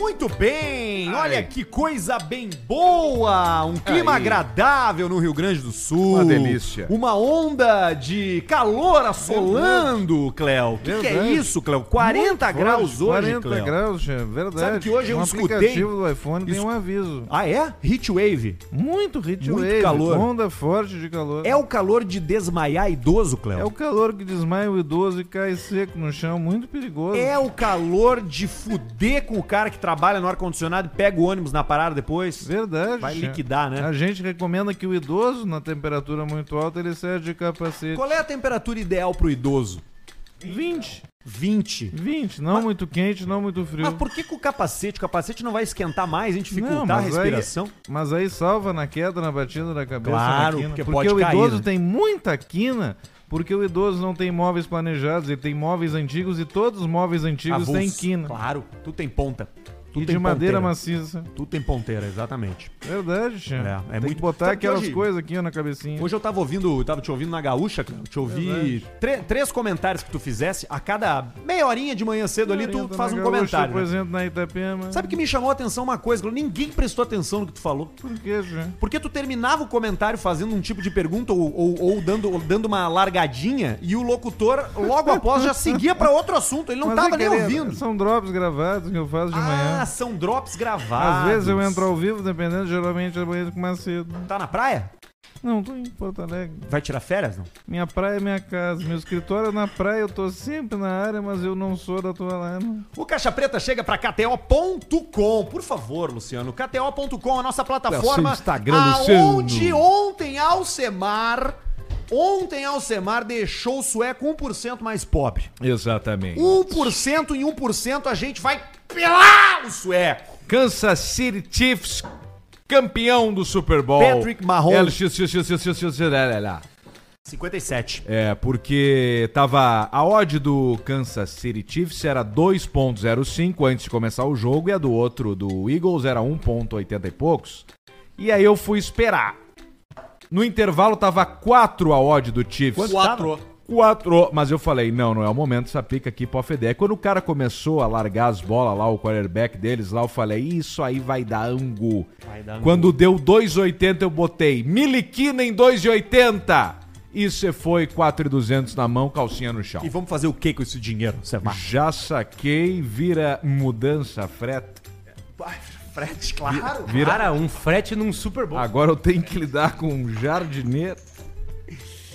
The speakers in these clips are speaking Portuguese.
Muito bem, olha que coisa bem boa! Um clima Aí. agradável no Rio Grande do Sul. Uma delícia. Uma onda de calor assolando, Cléo. O que, que é Verdade. isso, Cléo? 40 graus hoje, 40 Cléo. graus, Xê, verdade. Sabe que hoje eu um escutei- aplicativo do iPhone tem Escu- um aviso. Ah, é? Heatwave. Muito heat Muito wave, calor. onda forte de calor. É o calor de desmaiar idoso, Cléo? É o calor que desmaia o idoso e cai seco no chão, muito perigoso. É o calor de fuder com o cara que trabalha no ar-condicionado e pega o ônibus na parada depois. Verdade. Vai Xê. liquidar, né? A gente recomenda que o idoso, na temperatura muito alta, ele saia de capacete. Qual é a temperatura ideal pro idoso? 20. 20. 20, não muito quente, não muito frio. Mas por que, que o capacete? O capacete não vai esquentar mais, a gente Não, dificultar a mas respiração? Aí, mas aí salva na queda, na batida da cabeça. Claro, na quina. porque porque, pode o cair, idoso né? tem muita quina, porque o idoso não tem móveis planejados, ele tem móveis antigos e todos os móveis antigos Avulso. têm quina. Claro, tu tem ponta. Tu E tem de madeira ponteira. maciça. Tu tem ponteira, exatamente. Verdade, Xê. É, é tem muito- que botar Sabe que aquelas hoje- coisas aqui ó, na cabecinha. Hoje eu tava ouvindo, eu tava te ouvindo na gaúcha, cara. Eu te ouvi Verdade. tre- três comentários que tu fizesse. A cada meia horinha de manhã cedo ali, tu Orienta faz na um gaúcha, é. comentário. Por né? exemplo, na Itapema. Sabe que me chamou a atenção uma coisa, Glauco? ninguém prestou atenção no que tu falou. por quê, Xê? Porque tu terminava o comentário fazendo um tipo de pergunta ou, ou- ou dando, ou dando uma largadinha e o locutor, logo após, já seguia pra outro assunto. Ele não Mas tava é nem que ouvindo. São drops gravados que eu faço de Ah, manhã. são drops gravados. Às vezes eu entro ao vivo, dependendo, geralmente eu banheiro com mais cedo. Tá na praia? Não, tô em Porto Alegre. Vai tirar férias, não? Minha praia é minha casa. Meu escritório é na praia, eu tô sempre na área, mas eu não sou da tua lana. O Caixa Preta chega pra KTO.com. Por favor, Luciano. KTO.com, a nossa plataforma. Seu Instagram, Luciano. aonde ontem Alcemar. Ontem Alcemar deixou o sueco 1% mais pobre. Exatamente. 1% em 1% a gente vai pelar o sueco. Kansas City Chiefs, campeão do Super Bowl. É, Patrick Mahomes. LXXXXXXX. 57. É, porque tava a odd do Kansas City Chiefs era 2.05 antes de começar o jogo e a do outro do Eagles era 1.80 e poucos. E aí eu fui esperar. No intervalo tava 4 a odd do Chiefs. Quatro. 4, mas eu falei, não, não é o momento, essa pica aqui pra feder. Quando o cara começou a largar as bolas lá, o quarterback deles lá, eu falei, isso aí vai dar angu. Vai dar angu. Quando deu 2,80 eu botei, miliquina em 2,80. E você foi 4,200 na mão, calcinha no chão. E vamos fazer o que com esse dinheiro, Alcemar? Já saquei, vira mudança, freta. Frete, claro. Cara, um frete num Super Bowl. Agora eu tenho que lidar com um jardineiro,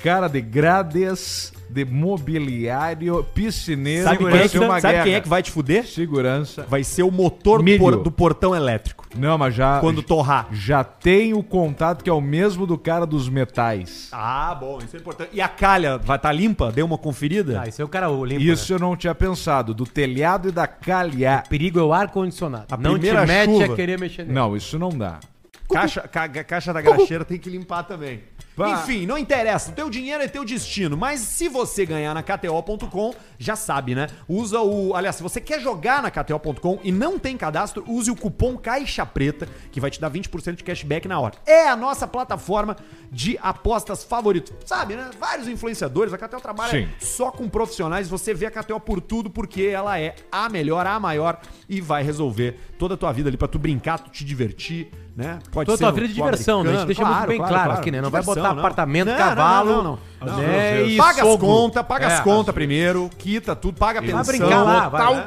cara de grades, de mobiliário, piscineiro. Sabe, vai quem é, ser uma que, sabe quem é guerra. que vai te fuder? Segurança. Vai ser o motor do, Milho. por- do portão elétrico. Não, mas já. Quando torrar. Já tem o contato que é o mesmo do cara dos metais. Ah, bom, isso é importante. E a calha vai estar limpa? Deu uma conferida? Ah, isso aí o cara limpa. Isso eu não tinha pensado. Do telhado e da calha. né? Perigo é o ar-condicionado. A Não te primeira mete chuva. a querer mexer nele. Não, isso não dá. Caixa, ca- caixa da graxeira tem que limpar também. Pá. Enfim, não interessa. O teu dinheiro é teu destino. Mas se você ganhar na KTO.com, já sabe, né? Usa o. Aliás, se você quer jogar na KTO.com e não tem cadastro, use o cupom Caixa Preta, que vai te dar 20% de cashback na hora. É a nossa plataforma de apostas favorito. Sabe, né? Vários influenciadores, a KTO trabalha Sim. só com profissionais. Você vê a KTO por tudo, porque ela é a melhor, a maior e vai resolver toda a tua vida ali pra tu brincar, tu te divertir, né? Pode Toda ser tua no vida de futebol diversão, né? A gente americano, deixa muito bem claro, aqui, né? Não vai Diversão, botar não. apartamento, Não, não, cavalo. não, não, não. né? E paga as sogro. contas, paga as É, contas primeiro, quita tudo, paga a pensão, Vai brincar lá, vai. tal, né?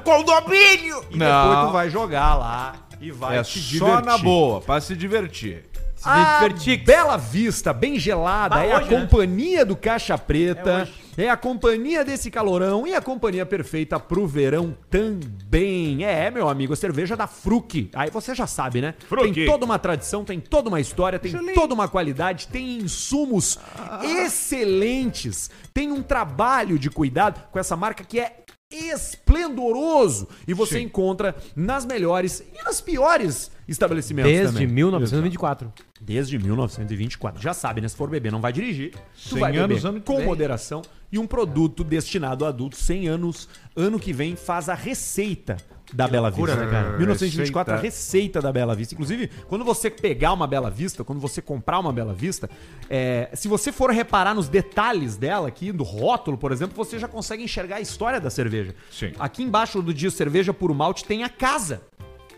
e depois Não. tu vai jogar lá e vai é te só divertir. na boa, pra se divertir. Se A divertir. Ah, Bela Vista, bem gelada, Bah, é a hoje, né? companhia do Caixa É Preta, hoje. é, a companhia desse calorão e a companhia perfeita pro verão também. É, meu amigo, a cerveja da Fruc. Aí você já sabe, né? Tem toda uma tradição, tem toda uma história, tem toda uma qualidade, tem insumos Ah. excelentes, tem um trabalho de cuidado com essa marca que é esplendoroso e você encontra nas melhores e nas piores estabelecimentos Desde também. 1924. Desde 1924. Já sabe, né? Se for beber, não vai dirigir. Tu 100 vai beber anos, ano que com vem. moderação e um produto destinado a adultos 100 anos. Ano que vem faz a receita da Bela loucura, Vista. né, cara? 1924, a receita da Bela Vista. Inclusive, quando você pegar uma Bela Vista, quando você comprar uma Bela Vista, é, se você for reparar nos detalhes dela aqui, do rótulo, por exemplo, você já consegue enxergar a história da cerveja. Sim. Aqui embaixo do dia cerveja puro malte tem a casa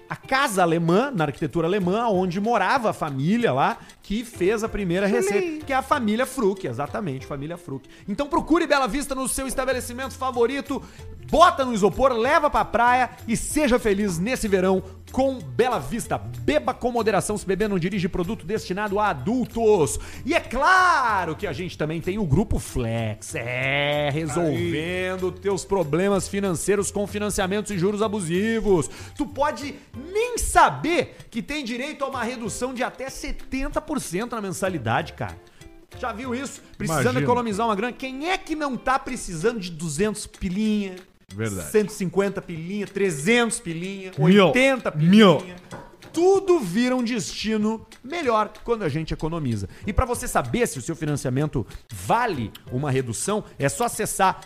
a casa alemã, na arquitetura alemã, onde morava a família lá, que fez a primeira receita, que é a família Fruc, exatamente, família Fruc. Então procure Bela Vista no seu estabelecimento favorito, bota no isopor, leva pra praia e seja feliz nesse verão com Bela Vista. Beba com moderação, se beber não dirige produto destinado a adultos. E é claro que a gente também tem o Grupo Flex, é, resolvendo teus problemas financeiros com financiamentos e juros abusivos. Tu pode nem saber que tem direito a uma redução de até 70% na mensalidade, cara. Já viu isso? Precisando Imagino. economizar uma grana. Quem é que não tá precisando de 200 pilinha? Verdade. 150 pilinha, 300 pilinha, Mil. 80 Mil. pilinha. Tudo vira um destino melhor quando a gente economiza. E para você saber se o seu financiamento vale uma redução, é só acessar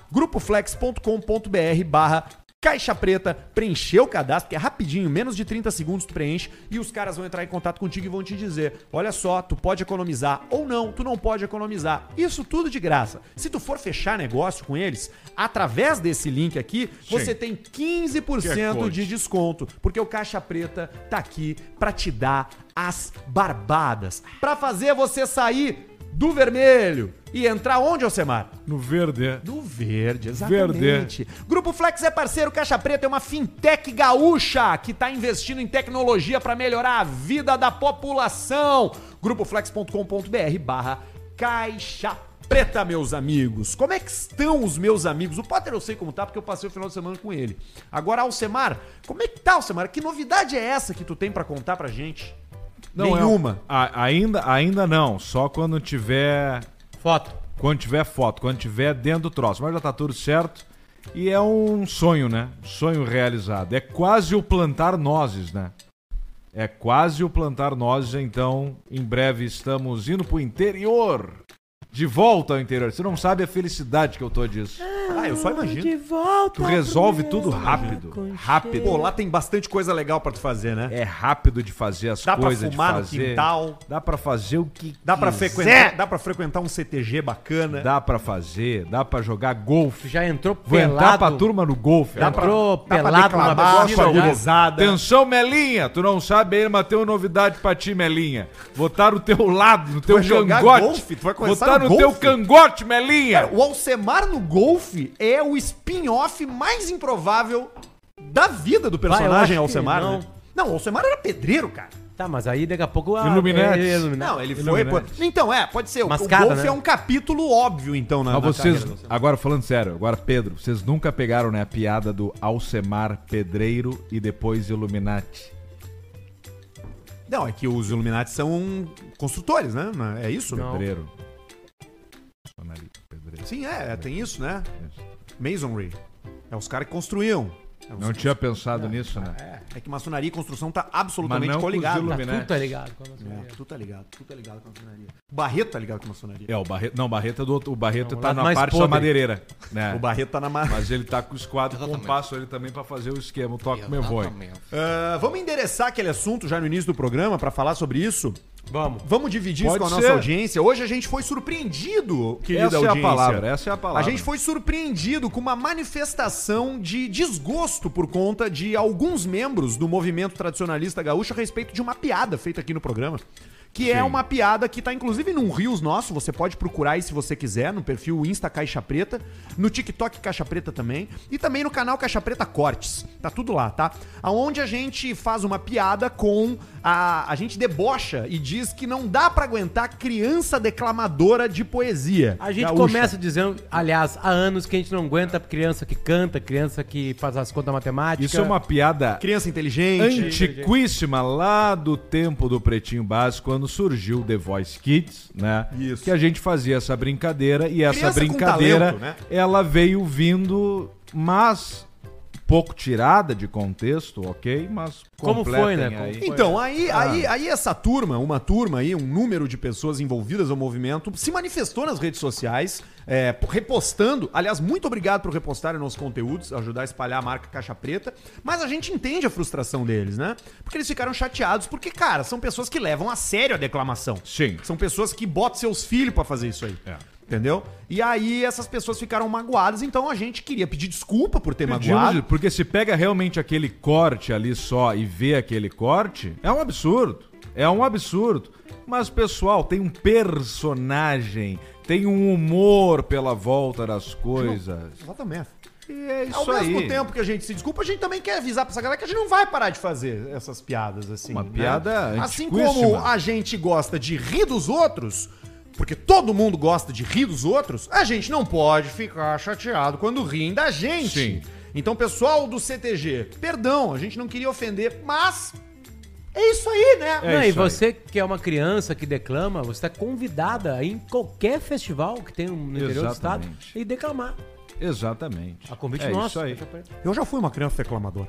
grupoflex.com.br barra Caixa Preta, preencher o cadastro, que é rapidinho, menos de 30 segundos tu preenche e os caras vão entrar em contato contigo e vão te dizer: olha só, tu pode economizar ou não, tu não pode economizar. Isso tudo de graça. Se tu for fechar negócio com eles, através desse link aqui, você tem 15% de desconto, porque o Caixa Preta tá aqui pra te dar as barbadas, Pra fazer você sair do vermelho e entrar onde, Alcemar? No verde. No verde, exatamente. Grupo Flex é parceiro Caixa Preta, é uma fintech gaúcha que está investindo em tecnologia para melhorar a vida da população. Grupoflex.com.br barra Caixa Preta, meus amigos. Como é que estão os meus amigos? O Potter eu sei como tá, porque eu passei o final de semana com ele. Agora, Alcemar, como é que tá, Alcemar? Que novidade é essa que tu tem para contar pra gente? Nenhuma. é- a- ainda, ainda não. Só quando tiver. Foto. Quando tiver foto, quando tiver dentro do troço. Mas já tá tudo certo. E é um sonho, né? Um sonho realizado. É quase o plantar nozes, né? É quase o plantar nozes, então em breve estamos indo pro interior. De volta ao interior. Você não sabe a felicidade que eu tô disso. Ah, eu só imagino. Tu tá resolve tudo rápido. Pô, Rápido. lá tem bastante coisa legal para tu fazer, né? É rápido de fazer as Dá pra coisas, fumar de no fazer. quintal. Dá pra fazer o que Dá pra, quiser. frequentar, dá pra frequentar um CTG bacana. Dá pra fazer, dá pra jogar golfe. Já entrou Vou entrar pra pelado. turma no golfe. Já Dá pra- entrou pra pelado declamar numa com a piscina. né? já. gurizada. Atenção, Melinha. Tu não sabe ainda, mas tem uma novidade pra ti, Melinha. Botar o teu lado, no teu vai jogar cangote. golfe? Tu vai começar Botar no no É, teu golfe? cangote, Melinha. O Alcemar no golfe é o spin-off mais improvável da vida do Vai, eu acho personagem que Alcemar, não. né? Não, o Alcemar era pedreiro, cara. Tá, mas aí daqui a pouco... ah, Illuminati. é Illuminati. Não, ele foi... um Iluminante. pô- Então, é, pode ser. O- Mascada, o golfe né? é um capítulo óbvio, então, na, Mas na vocês, carreira do Alcemar. agora falando sério, agora Pedro, vocês nunca pegaram né, a piada do Alcemar Pedreiro e depois Illuminati. Não, é que os Illuminati são construtores, né? É isso? Não. Pedreiro. Sonalito, Pedreiro. Sim, é, é, tem isso, né? Masonry. É os caras que construíam. É, os- Não tinha pensado nisso, né? é, é que maçonaria e construção tá absolutamente Mas não com os coligado. ilu- Tá Illuminati. tudo tá ligado. com a nossa É, vida. tu tá ligado, tu tá ligado com a maçonaria. O Barreto tá ligado com a maçonaria. É, o Barreto. Não, o Barreto é do outro. O Barreto Não, o tá lado na mais parte da podre. madeireira. Né? O Barreto tá na ma... Mas ele tá com os quadros com o passo ali também pra fazer o esquema. O toque meu voe. Ah, vamos endereçar aquele assunto já no início do programa pra falar sobre isso? Vamos. Vamos dividir Pode isso com a ser. nossa audiência. Hoje a gente foi surpreendido, querida Essa é a audiência. palavra, essa é a palavra. A gente foi surpreendido com uma manifestação de desgosto por conta de alguns membros do movimento tradicionalista gaúcho a respeito de uma piada feita aqui no programa. Que é Sim. uma piada que tá inclusive num Rios nosso, você pode procurar aí se você quiser, no perfil Insta Caixa Preta, no TikTok Caixa Preta também, e também no canal Caixa Preta Cortes. Tá tudo lá, tá? Aonde a gente faz uma piada com a a gente debocha e diz que não dá pra aguentar criança declamadora de poesia. A gente gaúcha. começa dizendo, aliás, há anos que a gente não aguenta criança que canta, criança que faz as contas matemáticas. Isso é uma piada criança inteligente. antiquíssima lá do tempo do Pretinho Básico, quando surgiu o The Voice Kids, né? Isso. Que a gente fazia essa brincadeira e essa Criança com brincadeira talento, né? ela veio vindo, mas pouco tirada de contexto, ok? Mas Como foi, né? completem Como aí. foi? Então, aí, Ah. aí, aí essa turma, uma turma aí, um número de pessoas envolvidas no movimento, se manifestou nas redes sociais, é, repostando. Aliás, muito obrigado por repostarem nossos conteúdos, ajudar a espalhar a marca Caixa Preta. Mas a gente entende a frustração deles, né? Porque eles ficaram chateados, porque, cara, são pessoas que levam a sério a declamação. Sim. São pessoas que botam seus filhos pra fazer isso aí. É. Entendeu? E aí essas pessoas ficaram magoadas, então a gente queria pedir desculpa por ter Pedimos, magoado. porque se pega realmente aquele corte ali só e vê aquele corte, é um absurdo. É um absurdo. Mas, pessoal, tem um personagem, tem um humor pela volta das coisas. Exatamente. E é isso Ao mesmo aí. tempo que a gente se desculpa, a gente também quer avisar pra essa galera que a gente não vai parar de fazer essas piadas assim. Uma piada Assim antiquíssima. como a gente gosta de rir dos outros, porque todo mundo gosta de rir dos outros, a gente não pode ficar chateado quando riem da gente. Sim. Então, pessoal do CTG, perdão, a gente não queria ofender, mas é isso aí, né? É não, e isso aí. você que é uma criança que declama, você está convidada a ir em qualquer festival que tem no interior do estado Exatamente. e declamar. Exatamente. A convite é Isso nosso. aí. Eu já fui uma criança reclamadora.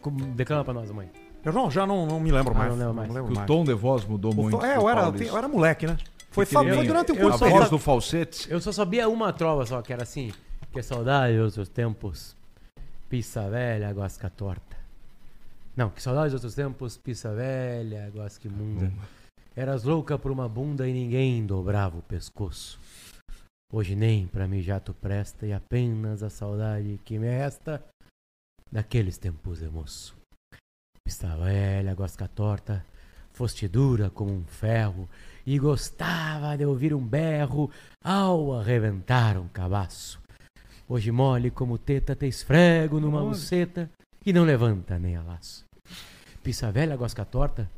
Com- Declama pra nós, mãe. Eu não- já não, não me lembro Ah, mais. não lembro mais. Que o tom de voz mudou O muito. fa- É, pro eu era, Paulista. eu era moleque, né? Foi, fa- nem- foi durante o eu curso. A só- voz do falsete. Eu só sabia uma trova só, que era assim. Que saudade dos outros tempos, pizza velha, guasca torta. Não, que saudade dos outros tempos, pizza velha, guasca imunda. Eras louca por uma bunda e ninguém dobrava o pescoço. Hoje nem pra mim já tu presta e apenas a saudade que me resta daqueles tempos de moço. Pista velha, guasca torta, foste dura como um ferro e gostava de ouvir um berro ao arrebentar um cabaço. Hoje mole como teta, te esfrego numa buceta e não levanta nem a laço. Pissa velha, gosca torta,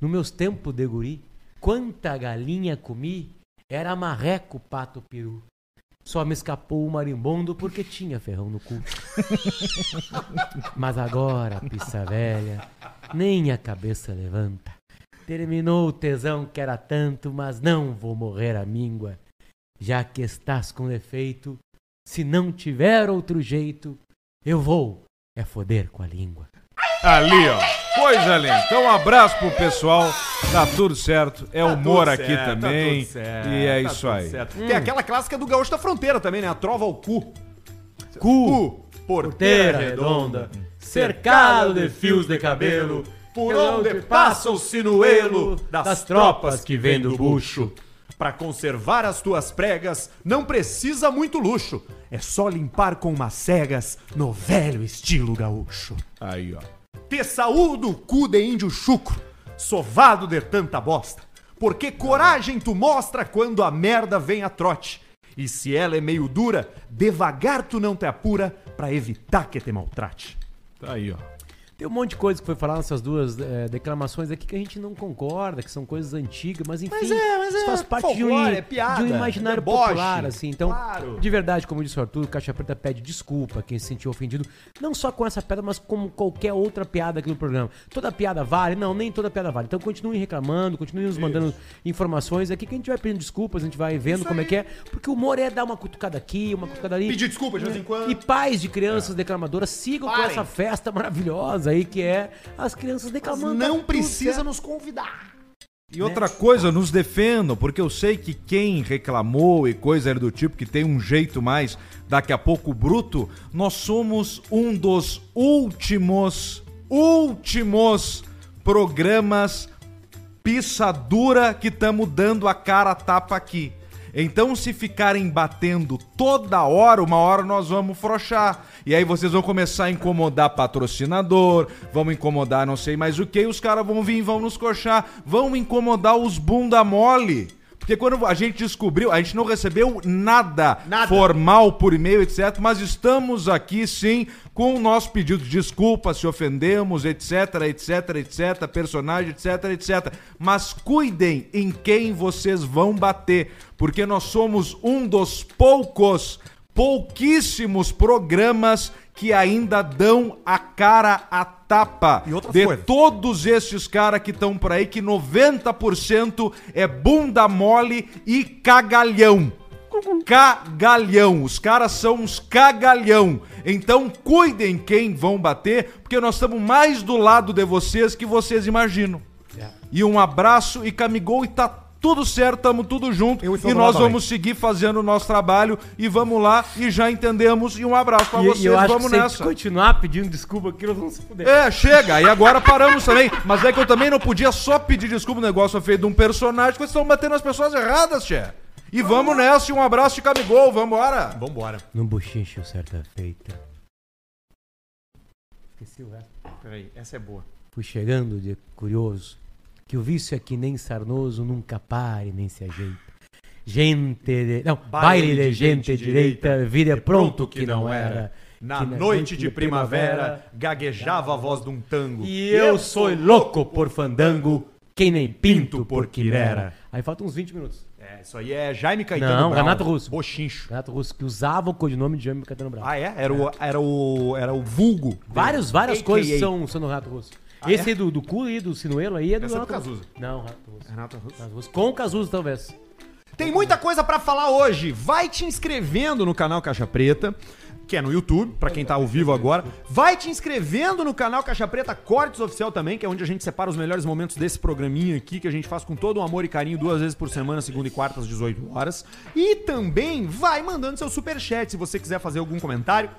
no meus tempos de guri, quanta galinha comi, era marreco, pato, peru. Só me escapou o marimbondo porque tinha ferrão no cu. Mas agora, pissa velha, nem a cabeça levanta. Terminou o tesão que era tanto, mas não vou morrer a míngua. Já que estás com defeito, se não tiver outro jeito, eu vou é foder com a língua. Ali, ó. Coisa linda. Então, um abraço pro pessoal. Tá tudo certo. É humor aqui tá também. e é isso aí. Tem aquela clássica do Gaúcho da Fronteira também, né? A trova ao cu. Cu, porteira cercado de fios de cabelo, por onde passa o sinuelo das tropas que vêm do bucho. Pra conservar as tuas pregas, não precisa muito luxo. É só limpar com macegas no velho estilo gaúcho. Aí, ó. Te saúdo, cu de índio chucro, sovado de tanta bosta. Porque coragem tu mostra quando a merda vem a trote. E se ela é meio dura, devagar tu não te apura pra evitar que te maltrate. Tá aí, ó. Tem um monte de coisa que foi falar nessas duas eh, declamações aqui que a gente não concorda, que são coisas antigas, mas enfim, Mas é, mas é isso faz parte de, um, folclore, é piada, de um imaginário deboche, popular, assim. Então, claro. de verdade, como disse o Arthur, o Caixa Preta pede desculpa a quem se sentiu ofendido, não só com essa piada, mas como qualquer outra piada aqui no programa. Toda piada vale? Não, nem toda piada vale. Então continuem reclamando, continuem nos mandando informações aqui que a gente vai pedindo desculpas, a gente vai vendo como é que é, porque o humor é dar uma cutucada aqui, uma cutucada ali. Pedir desculpa de vez em quando. E pais de crianças declamadoras, sigam com Parem. essa festa maravilhosa aí que é as crianças declamando. Não Tá precisa tudo certo. nos convidar. E outra coisa, nos defendam, porque eu sei que quem reclamou e coisa do tipo, que tem um jeito mais daqui a pouco bruto, nós somos um dos últimos, últimos programas pizza dura que estamos dando a cara a tapa aqui. Então, se ficarem batendo toda hora, uma hora nós vamos frouxar. E aí vocês vão começar a incomodar patrocinador, vão incomodar não sei mais o que, os caras vão vir e vão nos coxar, vão incomodar os bunda mole. Porque quando a gente descobriu, a gente não recebeu nada, Nada. formal por e-mail, etc. Mas estamos aqui sim com o nosso pedido de desculpa se ofendemos, etc, etc, etc, personagem, etc, etc. Mas cuidem em quem vocês vão bater, porque nós somos um dos poucos, pouquíssimos programas que ainda dão a cara a tapa E outra de coisa. todos esses caras que estão por aí, que 90% é bunda mole e cagalhão. Cagalhão. Os caras são uns cagalhão. Então cuidem quem vão bater, porque nós estamos mais do lado de vocês que vocês imaginam. É. E um abraço e camigol e tá tudo certo, tamo tudo junto. Eu E estou lá nós também. vamos seguir fazendo o nosso trabalho e vamos lá e já entendemos. E um abraço pra E- vocês, e eu acho vamos que se nessa. a gente continuar pedindo desculpa aqui, nós vamos se fuder. É, chega, e agora paramos também. Mas é que eu também não podia só pedir desculpa no negócio feito de um personagem, porque vocês estão batendo as pessoas erradas, che. E vamos nessa, e um abraço de Camigol, vambora! Vambora. No bochicho, certa feita. Esqueci o resto. Peraí, essa é boa. Fui chegando de curioso. Que o vício é que nem sarnoso, nunca pare nem se ajeita. Gente de... Não, baile, de gente, direita, vida é pronto que não era. Na que na noite de primavera, gaguejava a voz de um tango. E eu sou louco por fandango, quem nem pinto por quimera. Aí faltam uns 20 minutos. É, isso aí é Jaime Caetano Não, Brown. Renato Russo. Bochincho. Renato Russo, que usava o codinome de Jaime Caetano Bravo. Ah, é? Era o, era o, era o vulgo. Vários, várias AKA. coisas são, são do Renato Russo. Esse aí do, do cu e do sinuelo aí é do Essa é do Renato Russo. Cazuza. Não, Renato Russo. Renato Russo. Renato Russo. Com o Cazuza, talvez. Tem muita coisa pra falar hoje. Vai te inscrevendo no canal Caixa Preta, que é no YouTube, pra quem tá ao vivo agora. Vai te inscrevendo no canal Caixa Preta Cortes Oficial também, que é onde a gente separa os melhores momentos desse programinha aqui, que a gente faz com todo o amor e carinho duas vezes por semana, segunda e quarta às 18 horas. E também vai mandando seu superchat se você quiser fazer algum comentário.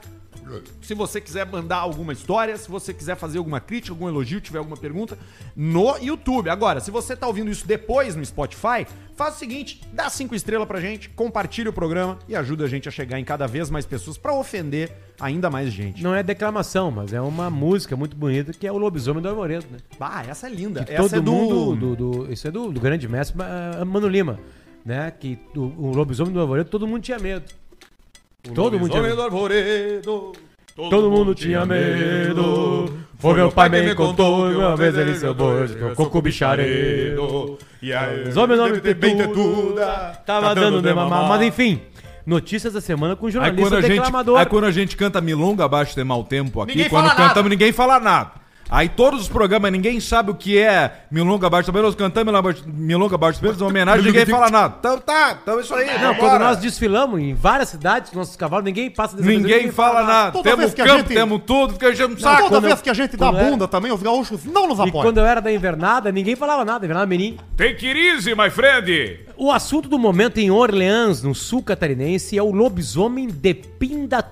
Se você quiser mandar alguma história, se você quiser fazer alguma crítica, algum elogio, tiver alguma pergunta, no YouTube. Agora, se você tá ouvindo isso depois no Spotify, faz o seguinte, dá cinco estrelas pra gente, compartilha o programa e ajuda a gente a chegar em cada vez mais pessoas pra ofender ainda mais gente. Não é declamação, mas é uma música muito bonita que é o Lobisomem do Arvoredo, né? Ah, essa é linda. Que essa todo é do... mundo. Do, do- isso é do, do grande mestre ah, Mano Lima, né? Que o, o Lobisomem do Arvoredo todo mundo tinha medo. todo mundo tinha medo. Todo, mundo tinha medo. Foi meu pai me contou que uma vez ele se bojo, que eu coco bicharedo. E aí, Os homens não me bem tetuda, Tava Tá dando de mamar. Mas enfim, notícias da semana com Aí quando, jornalista a gente, declamador. aí quando a gente canta milonga abaixo de mau tempo aqui, Ninguém quando fala cantamos nada. ninguém fala nada. Aí todos os programas, ninguém sabe o que é milonga abaixo de Mau Tempo, cantamos milonga abaixo- milonga abaixo de Mau Tempo, uma homenagem, ninguém fala nada. Então tá, então é isso aí. Ah, Não, vambora. quando nós desfilamos em várias cidades, nossos cavalos, ninguém passa dessa Ninguém fala nada. Toda Temos vez que a campo, gente- temos tudo, fica enchendo o Não, saco. toda quando vez eu- que a gente dá quando eu bunda também, os gaúchos não nos E apoiam. quando eu era da invernada, ninguém falava nada, invernada menino. Tem que ir, my friend. O assunto do momento em Orleans, no sul catarinense, é o lobisomem de Pinda...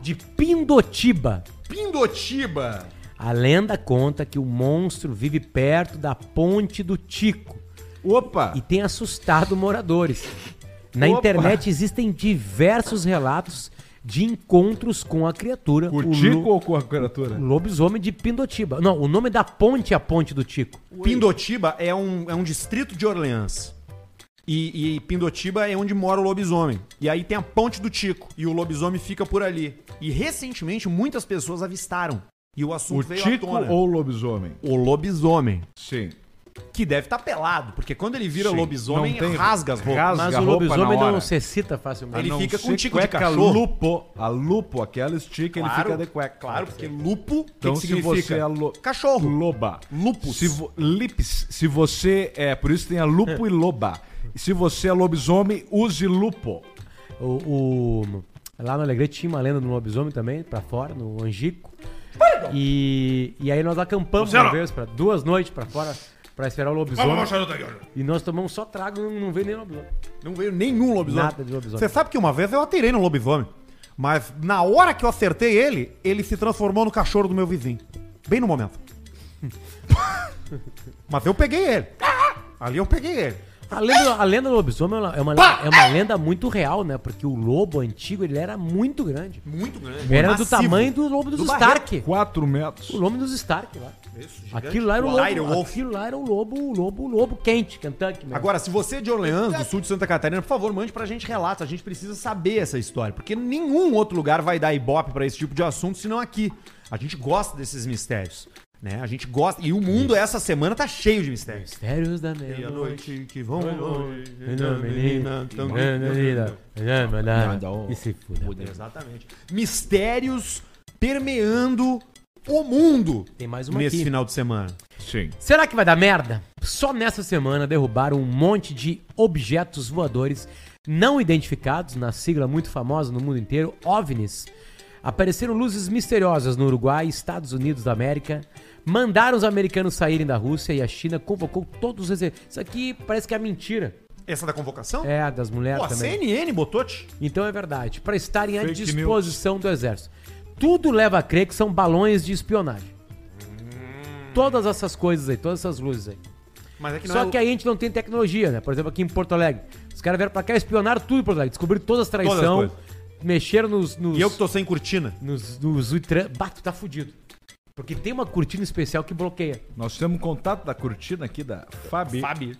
de Pindotiba. Pindotiba. A lenda conta que o monstro vive perto da ponte do Tico Opa. e tem assustado moradores. Na Opa. internet existem diversos relatos de encontros com a criatura. O lo- Tico ou com a o criatura? lobisomem de Pindotiba. Não, o nome da ponte é a ponte do Tico. Pindotiba é um, é um distrito de Orleans. E, e Pindotiba é onde mora o lobisomem. E aí tem a ponte do Tico. E o lobisomem fica por ali. E recentemente muitas pessoas avistaram. E o assunto O veio Tico à tona. ou o lobisomem? O lobisomem. Sim. Que deve estar pelado. Porque quando ele vira Sim, lobisomem, não tem- rasga as roupas. rasga. Mas a o roupa lobisomem na hora. não se excita facilmente. Ele A não fica com um ser tico de cueca cachorro. lupo. A lupo, aquela estica, ele fica de cueca. Claro, porque lupo, o que Então, que se você é lo- Cachorro. loba. Lupus. Se vo- Lips. Se você é... Por isso tem a lupo e loba. Se você é lobisomem, use lupo. O, o- lá no Alegrete tinha uma lenda do lobisomem também, pra fora, no Angico. E, e aí nós acampamos uma vez, pra, duas noites pra fora, pra esperar o lobisomem. E nós tomamos só trago e não veio nem lobisomem. Não veio nenhum lobisomem. Nada de lobisomem. Você sabe que uma vez eu atirei no lobisomem, mas na hora que eu acertei ele, ele se transformou no cachorro do meu vizinho. Bem no momento. mas eu peguei ele. Ali eu peguei ele. A lenda, a lenda do lobisomem é uma, é, uma, é uma lenda muito real, né? Porque o lobo antigo ele era muito grande. Muito grande. Era do Massivo. tamanho do lobo dos Do Stark. 4 metros. O lobo dos Stark lá. gigante. Aquilo lá era o O Iron lobo. Wolf. Aquilo lá era o lobo, o lobo, o lobo quente, Kentucky mesmo. Agora, se você é de Orleans, do sul de Santa Catarina, por favor, mande pra gente relatos. A gente precisa saber essa história, porque nenhum outro lugar vai dar ibope pra esse tipo de assunto senão aqui. A gente gosta desses mistérios, né? A gente gosta. E o mundo essa semana tá cheio de mistérios. Mistérios da meia-noite. que vão Então, E se fuda. Exatamente. Mistérios permeando o mundo Tem mais uma nesse aqui. final de semana. Sim. Será que vai dar merda? Só nessa semana derrubaram um monte de objetos voadores não identificados, na sigla muito famosa no mundo inteiro, OVNIs. Apareceram luzes misteriosas no Uruguai, Estados Unidos da América. Mandaram os americanos saírem da Rússia e a China convocou todos os exércitos. Isso aqui parece que é mentira. Essa da convocação? É, a das mulheres Pô, a também. CNN botou -te. Então é verdade, para estarem à assim? Fake news. disposição do exército. Tudo leva a crer que são balões de espionagem. Hum. Todas essas coisas aí, todas essas luzes aí. Mas é que não Só é... que aí a gente não tem tecnologia, né? Por exemplo, aqui em Porto Alegre. Os caras vieram pra cá, espionaram tudo em Porto Alegre. Descobriram todas as traições. Todas Mexeram nos. nos E eu que tô sem cortina. Nos, nos Uitran. Bah, tu tá fudido. Porque tem uma cortina especial que bloqueia. Nós temos contato da cortina aqui da Fabi. Fabi.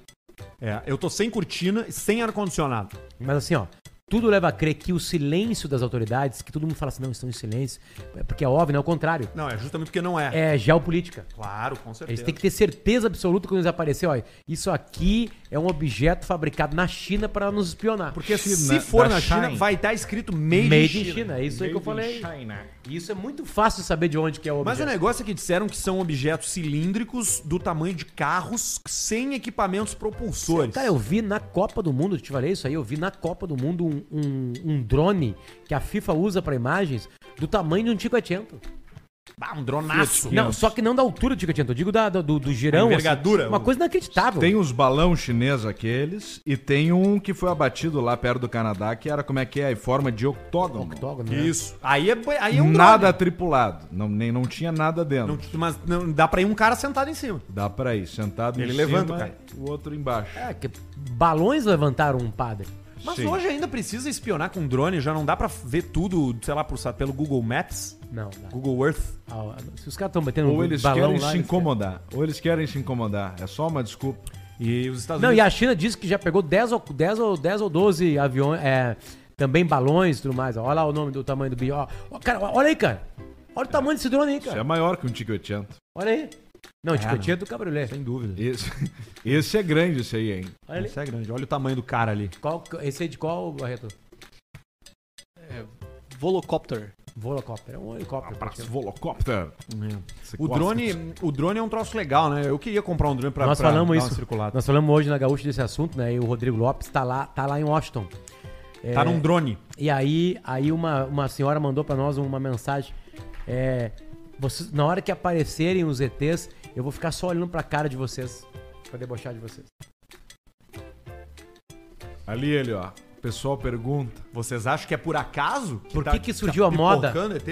É, eu tô sem cortina e sem ar-condicionado. Mas assim, ó. Tudo leva a crer que o silêncio das autoridades, que todo mundo fala assim, não, estão em silêncio. é Porque é óbvio, não é o contrário. Não, é justamente porque não é. É geopolítica. Claro, com Eles certeza. têm que ter certeza absoluta quando eles aparecerem. Olha, isso aqui é um objeto fabricado na China para nos espionar. Porque se China, for da na China, Shine. vai estar escrito made, Made in in China. China, é isso aí que eu falei. China. Isso é muito fácil de saber de onde que é o Mas objeto. o negócio é que disseram que são objetos cilíndricos do tamanho de carros sem equipamentos propulsores. Cara, tá eu vi na Copa do Mundo, eu te falei isso aí, eu vi na Copa do Mundo um, um- um drone que a FIFA usa para imagens do tamanho de um Tico 500. Ah, um dronaço. Não, só que não da altura do Tico 500, eu digo da, da- do, do girão. A envergadura, assim. uma o- um coisa inacreditável. Tem os balão chinês aqueles e tem um que foi abatido lá perto do Canadá, que era como é que é, em forma de octógono. Octógono, né? Isso. Aí é, aí é um nada drone. tripulado, não, nem, não tinha nada dentro. Não, mas não, dá pra ir um cara sentado em cima. Dá pra ir, sentado Ele em levanta, cima, cara. o outro embaixo. É, que balões levantaram um padre. Mas Sim. hoje ainda precisa espionar com drone, já não dá pra ver tudo, sei lá, por, pelo Google Maps, Não, não. Google Earth. Ah, Se os caras estão batendo Ou eles balão querem lá, se eles querem. incomodar, ou eles querem se incomodar, é só uma desculpa. E os Estados Não, e Unidos. a China disse que já pegou 10 ou, 10 ou, 10 ou 12 aviões, é, também balões e tudo mais. ó. Olha lá o nome do tamanho do bicho. ó. Ó, cara, ó, olha aí, cara. Olha o tamanho desse drone aí, Isso cara. é maior que um Tico 800. Olha aí. Não, é, tipo, do cabriolé. Sem dúvida. Esse, esse é grande, esse aí, hein? Olha ali. Isso é grande. Olha o tamanho do cara ali. Qual, esse aí de qual, Barreto? Volocopter. Volocóptero. É um helicóptero. Abraço, Volocopter. Você É. O gosta drone, o drone é um troço legal, né? Eu queria comprar um drone pra, Nós pra falamos dar isso. uma circulada. Nós falamos hoje na Gaúcha desse assunto, né? E o Rodrigo Lopes tá lá, tá lá em Washington. É, Tá num drone. E aí, aí uma, uma senhora mandou pra nós uma mensagem. É, vocês, na hora que aparecerem os ETs, eu vou ficar só olhando pra cara de vocês. Pra debochar de vocês. Ali ele, ó. O pessoal pergunta. Vocês acham que é por acaso? Por que que surgiu a moda? pipocando ET?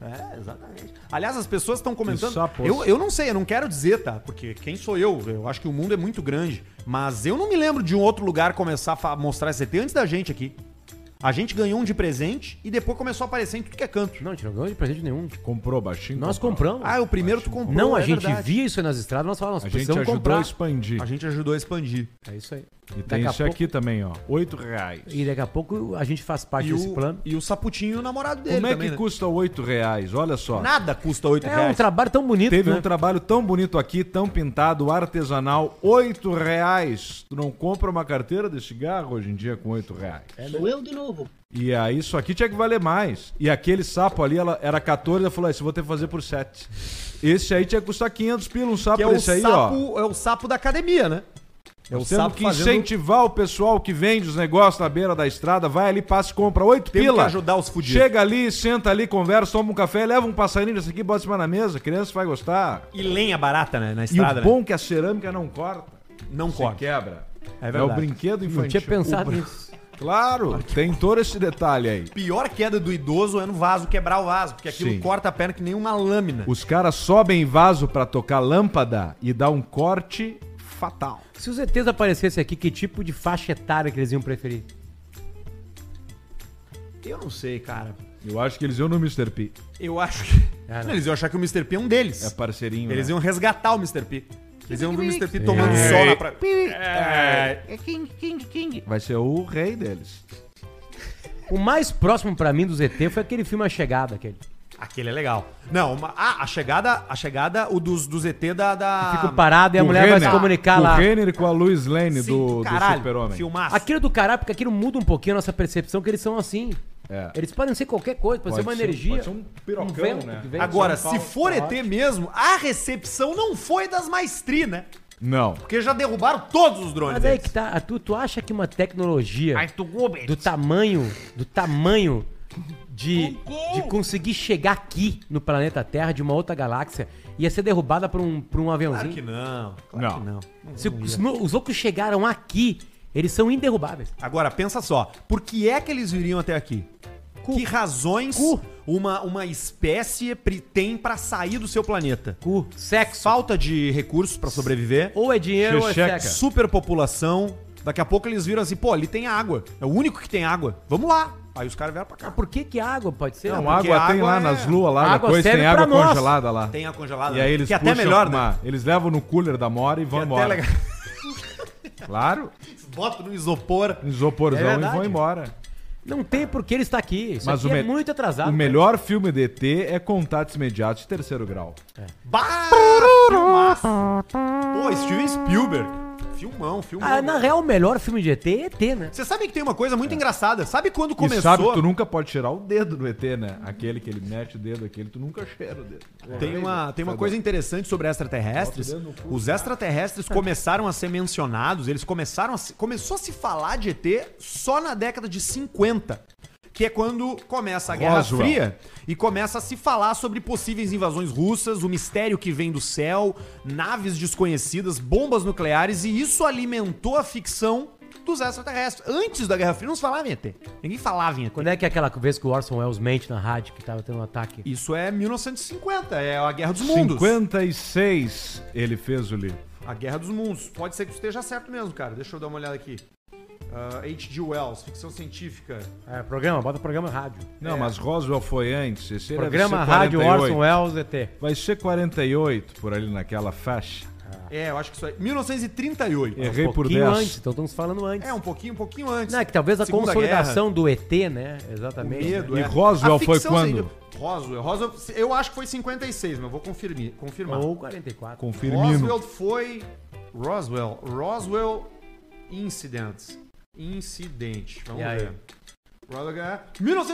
É, exatamente. Aliás, as pessoas estão comentando. sapos. Eu, eu não sei, eu não quero dizer, tá? Porque quem sou eu? Eu acho que o mundo é muito grande. Mas eu não me lembro de um outro lugar começar a fa- mostrar esse ET antes da gente aqui. A gente ganhou um de presente e depois começou a aparecer em tudo que é canto. Não, a gente não ganhou de presente nenhum. Comprou baixinho? Nós comprou. compramos. Ah, o primeiro tu comprou. não, a é gente verdade. via isso aí nas estradas, nós falamos, A gente nós precisamos ajudou a comprar. expandir. A gente ajudou a expandir. É isso aí. E Daqui tem a esse pouco- aqui também, ó. Oito reais. E daqui a pouco a gente faz parte E desse o, Tá plano. e o saputinho, o namorado dele Como é que também, né? custa oito reais? Olha só. Nada custa 8 É um reais. trabalho tão bonito, Teve né? um trabalho tão bonito aqui, tão pintado, artesanal, oito reais. Tu não compra uma carteira de cigarro hoje em dia com oito reais. É, Sou eu de novo. E aí, isso aqui tinha que valer mais. E aquele sapo ali, ela era 14, ela falou, ah, isso eu vou ter que fazer por 7. Esse aí tinha que custar 500 pila, um sapo que é o, desse aí, ó. sapo, é o sapo da academia, né? É o Temos sapo que fazendo... incentivar o pessoal que vende os negócios na beira da estrada, vai ali, passa e compra oito Temos pila. que ajudar os fudidos. Chega ali, senta ali, conversa, toma um café, leva um passarinho desse aqui, bota em cima na mesa, a criança vai gostar. E lenha barata, né? Na E estrada, o bom é que a cerâmica não corta, né? Não se corta. quebra. É o verdade. brinquedo infantil. Não tinha pensado nisso. Claro, tem todo esse detalhe aí. Pior queda do idoso é no vaso, quebrar o vaso, porque aquilo Sim. corta a perna que nem uma lâmina. Os caras sobem vaso pra tocar lâmpada e dá um corte fatal. Se os ETs aparecessem aqui, que tipo de faixa etária que eles iam preferir? Eu não sei, cara. Eu acho que eles iam no Mr. P. Eu acho que. Ah, não. Eles iam achar que o Mr. P é um deles. né? É parceirinho. Eles né? iam resgatar o Mr. P. Eles iam ver o Mr. P tomando sol na praia. É. Vai ser o rei deles. O mais próximo pra mim dos ET foi aquele filme A Chegada, aquele. Aquele é legal. Não, uma- ah, a chegada, a chegada, o dos, dos ET da. da... Fico parado e a Com o mulher vai Renner. se comunicar Com lá. O Renner com a Luz Lane Sim, do, do caralho, Super-Homem. Filmaço. Aquilo do caralho, porque aquilo muda um pouquinho a nossa percepção que eles são assim. É. Eles podem ser qualquer coisa, pode, ser uma energia. Pode ser um pirocão, vento né? que vem de Agora, São Paulo, se for tá ET ótimo. mesmo, a recepção não foi das mais tri, né? Não. Porque já derrubaram todos os drones. Mas aí deles. que tá. Tu, tu acha que uma tecnologia do tamanho. Do tamanho de, de conseguir chegar aqui no planeta Terra de uma outra galáxia ia ser derrubada por um, por um aviãozinho? Claro que não. Não. Se os, no- os outros chegaram aqui, eles são inderrubáveis. Agora, pensa só. Por que é que eles viriam até aqui? Que razões Cu. uma, uma espécie pri- tem pra sair do seu planeta? Cu, sexo. Falta de recursos pra sobreviver, Ou é dinheiro ou é Checheca. sexo. superpopulação, Daqui a pouco eles viram assim, pô, ali tem água. É o único que tem água. Vamos lá. Aí os caras vieram pra cá. Ah, Por que que água pode ser? Ah, Não, Porque água tem água lá é- nas luas lá, Água água coisa, serve tem água pra nós. congelada lá. Tem a congelada. E aí eles que é até puxam melhor, né? uma- Eles levam no cooler da Mora e vão Que é até embora. legal. Claro, Bota no isopor. um isoporzão É e verdade. vão embora. Não tem por que ele estar aqui. Isso Mas aqui o é me- muito atrasado. o né? melhor filme de ET é Contatos Imediatos de Terceiro Grau. Bah! Filmaço. Pô, Steven Spielberg. Filmão, filmão. Ah, na real, o melhor filme de ET é ET, né? Você sabe que tem uma coisa muito engraçada. Sabe quando E começou? sabe que tu nunca pode tirar o dedo do ET, né? Aquele que ele mete o dedo, aquele tu nunca cheira o dedo. É. Tem uma, tem uma coisa interessante sobre extraterrestres. Os extraterrestres começaram a ser mencionados, eles começaram a se- começou a se falar de ET só na década de 50, que é quando começa a Guerra Roswell. Fria e começa a se falar sobre possíveis invasões russas, o mistério que vem do céu, naves desconhecidas, bombas nucleares e isso alimentou a ficção dos extraterrestres. Antes da Guerra Fria não se falava em ET. Ninguém falava em ET. Quando é que é aquela vez que o Orson Welles mente na rádio que tava tendo um ataque? Isso é 1950, é a Guerra dos Mundos. 56 ele fez o livro. A Guerra dos Mundos. Pode ser que esteja certo mesmo, cara. Deixa eu dar uma olhada aqui. Ah, H.G. Wells, ficção científica. É, programa, bota programa rádio. Não, mas Roswell foi antes. Esse deve programa ser rádio 48. Orson Welles ET. Vai ser 48 por ali naquela faixa. É, eu acho que isso aí. 1938. Errei Um por pouquinho 10. antes, então estamos falando antes. É, um pouquinho, um pouquinho antes. Não, é que talvez a Segunda consolidação do ET, né? Exatamente. Guerra, medo, E é. Roswell A ficção foi seria- quando? Roswell. Roswell, eu acho que foi 56, mas eu vou confirmar. né? confirmar. Ou 44. Confirmino. Roswell foi... Roswell. Roswell Incidents. Incidente. Vamos E aí? ver. Roswell-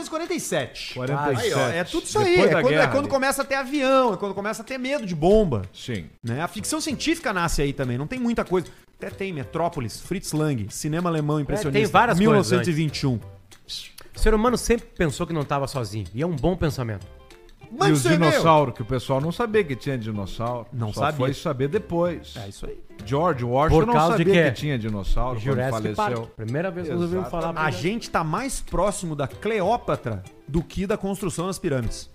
1947. 47. Aí, ó, é tudo isso aí. Depois É da quando, é guerra, quando né? começa a ter avião, é quando começa a ter medo de bomba. Sim. né? A ficção científica nasce aí também, não tem muita coisa. Até tem Metrópolis, Fritz Lang, cinema alemão impressionista. tem várias coisas 1921. O ser humano sempre pensou que não estava sozinho. E é um bom pensamento. e Mas os você meu. dinossauros, que o pessoal não sabia que tinha dinossauro. Não Só sabia. foi saber depois. É isso aí. George Washington Por não causa de sabia quê? que tinha dinossauro quando Jurassic faleceu. Park. Primeira vez que nós ouvimos falar. A gente tá mais próximo da Cleópatra do que da construção das pirâmides.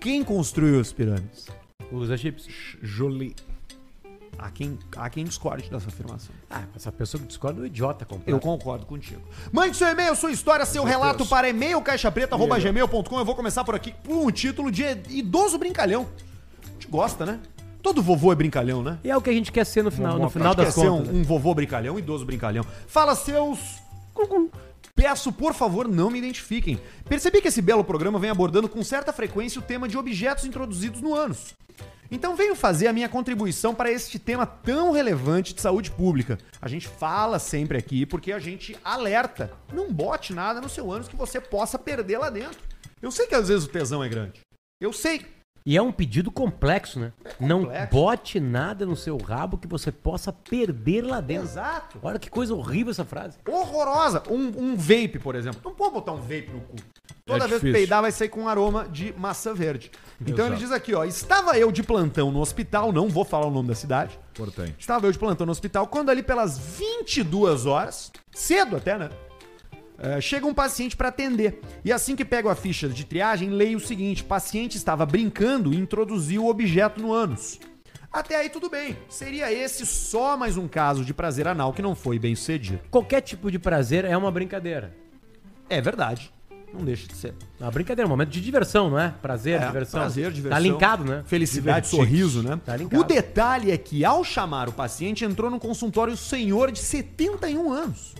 Quem construiu as pirâmides? Os egípcios. Jolie. Há quem, há quem discorde dessa afirmação. Ah, essa pessoa que discorda é um idiota completo. Eu concordo contigo. Mande seu e-mail, sua história, seu relato para e-mail caixapreta.gmail.com. Eu vou começar por aqui por um título de idoso brincalhão. A gente gosta, né? Todo vovô é brincalhão, né? E é o que a gente quer ser no final, no final Acho que das é ser contas. né? Um, um vovô brincalhão, um idoso brincalhão. Fala seus. cucu. Peço, por favor, não me identifiquem. Percebi que esse belo programa vem abordando com certa frequência o tema de objetos introduzidos no ânus. Então venho fazer a minha contribuição para este tema tão relevante de saúde pública. A gente fala sempre aqui porque a gente alerta. Não bote nada no seu ânus que você possa perder lá dentro. Eu sei que às vezes o tesão é grande. Eu sei. E é um pedido complexo, né? Não complexo. bote nada no seu rabo que você possa perder lá dentro. Exato. Olha que coisa horrível essa frase. horrorosa. Um, um vape, por exemplo. Não pode botar um vape no cu. Toda vez que difícil. peidar vai sair com um aroma de maçã verde. Então ele diz aqui, ó. Estava eu de plantão no hospital, não vou falar o nome da cidade. Importante. Estava eu de plantão no hospital, quando ali pelas 22 horas, cedo até, né? É, chega um paciente para atender. E assim que pego a ficha de triagem, leio o seguinte: paciente estava brincando e introduziu o objeto no ânus. Até aí tudo bem. Seria esse só mais um caso de prazer anal que não foi bem sucedido. Qualquer tipo de prazer é uma brincadeira. É verdade. Não deixa de ser. Uma brincadeira, um momento de diversão, não é? Prazer, É, diversão. Prazer, diversão. Tá linkado, né? Felicidade, Divertidos. sorriso, né? Tá linkado. o detalhe é que ao chamar o paciente, entrou no consultório o senhor de 71 anos.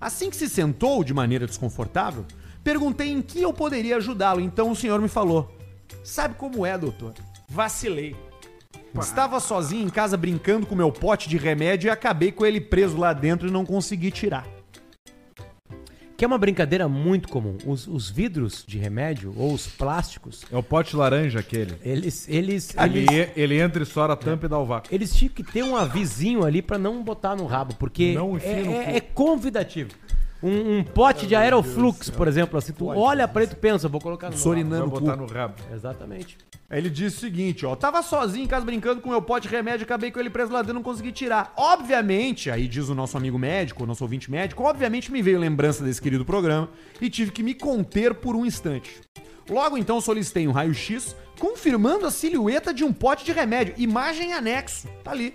Assim que se sentou de maneira desconfortável, perguntei em que eu poderia ajudá-lo. Então o senhor me falou: Sabe como é, doutor? Vacilei. Estava sozinho em casa brincando com meu pote de remédio e acabei com ele preso lá dentro e não consegui tirar. Que é uma brincadeira muito comum. Os, os vidros de remédio ou os plásticos, É o pote laranja aquele. eles eles Ele, eles, ele entra e estoura a tampa e dá o vácuo. eles tinham que ter um avizinho ali pra não botar no rabo, porque Não é, enfia no é- cu. é convidativo. Um, um pote de Aeroflux, por exemplo, assim, tu olha pra ele e tu pensa, vou colocar no meu rabo. Vai Sorinando botar no rabo. Exatamente. Aí Ele diz o seguinte, ó. Tava sozinho em casa brincando com meu pote de remédio, acabei com ele preso lá dentro, não consegui tirar. Obviamente, aí diz o nosso amigo médico, o nosso ouvinte médico, obviamente me veio lembrança desse querido programa e tive que me conter por um instante. Logo então solicitei um raio-x, confirmando a silhueta de um pote de remédio. Imagem anexo. Tá ali.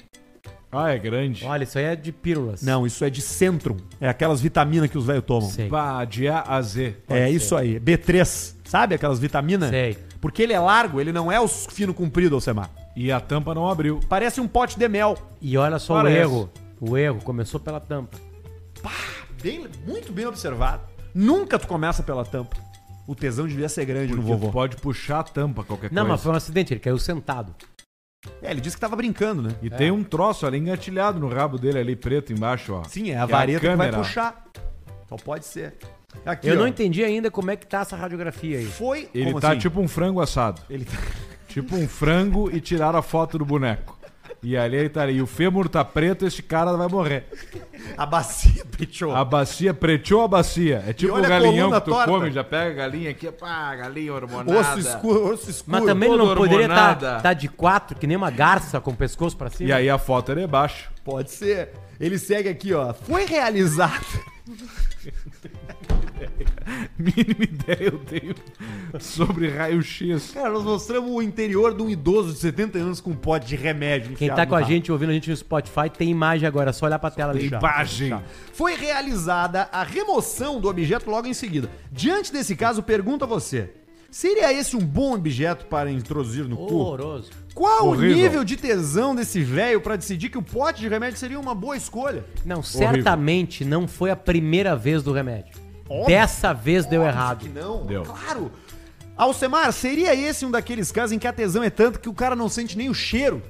Ah, é grande. Olha, isso aí é de pílulas. Não, isso é de Centrum. É aquelas vitaminas que os velhos tomam. Sei. Pá, de A a Z. É isso aí. B3. Sabe aquelas vitaminas? Sei. Porque ele é largo, ele não é o fino comprido, Alcemar. E a tampa não abriu. Parece um pote de mel. E olha só Parece. o erro. O erro começou pela tampa. Bem- muito bem observado. Nunca tu começa pela tampa. O tesão devia ser grande no Porque vovô. tu pode puxar a tampa qualquer Não, mas coisa. foi um acidente, ele caiu sentado. É, ele disse que tava brincando, né? E tem um troço ali engatilhado no rabo dele ali, preto embaixo, ó. Sim, é a Que vareta que vai câmera. puxar. Só pode ser. Aqui, Eu ó. não entendi ainda como é que tá essa radiografia aí. Foi. Ele Como tá assim? tipo um frango assado. Ele tá- Tipo um frango e tiraram a foto do boneco. E ali ele tá ali. E o fêmur tá preto, esse cara vai morrer. A bacia pichou. A bacia preteou a bacia. É tipo um olha a galinhão coluna que tu torta. come, já pega a galinha aqui, pá, galinha hormonada. Osso escuro, osso escuro. Mas também ele não todo poderia estar hormonada. de quatro, que nem uma garça com o pescoço pra cima. E aí a foto é de baixo. Pode ser. Ele segue aqui, ó. Foi realizado. Mínima ideia eu tenho sobre raio-x. Cara, nós mostramos o interior de um idoso de 70 anos com um pote de remédio. Quem enfiado tá no com a rabo. gente, ouvindo a gente no Spotify, tem imagem agora, é só olhar pra tela ali. Imagem. Foi realizada a remoção do objeto logo em seguida. Diante desse caso, pergunto a você: seria esse um bom objeto para introduzir no cu? Horroroso. Qual horrível. o nível de tesão desse velho para decidir que o pote de remédio seria uma boa escolha? Não, certamente não foi a primeira vez do remédio. Dessa vez deu errado. Que não, Deu. claro. Alcemar, seria esse um daqueles casos em que a tesão é tanto que o cara não sente nem o cheiro?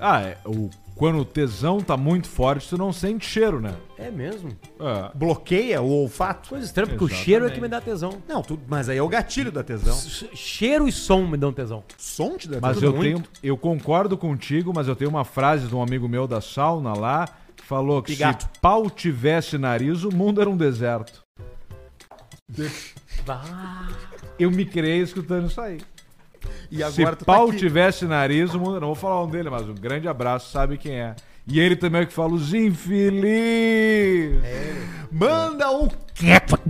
Ah, é, o, quando o tesão tá muito forte, tu não sente cheiro, né? É mesmo? É. Bloqueia o olfato? Coisa estranha, porque o cheiro é que me dá tesão. Não, tu- mas aí é o gatilho da tesão. S- Cheiro e som me dão tesão. Som te dá Mas tesão. eu tenho. Eu concordo contigo, mas eu tenho uma frase de um amigo meu da sauna lá. que Falou que Pigato. se pau tivesse nariz, o mundo era um deserto. Eu me criei escutando isso aí. E Se agora tu tá pau aqui. tivesse nariz, o mundo. Não vou falar um dele, mas um grande abraço, sabe quem é. E ele também é que fala os infelizes. É. Manda um quepa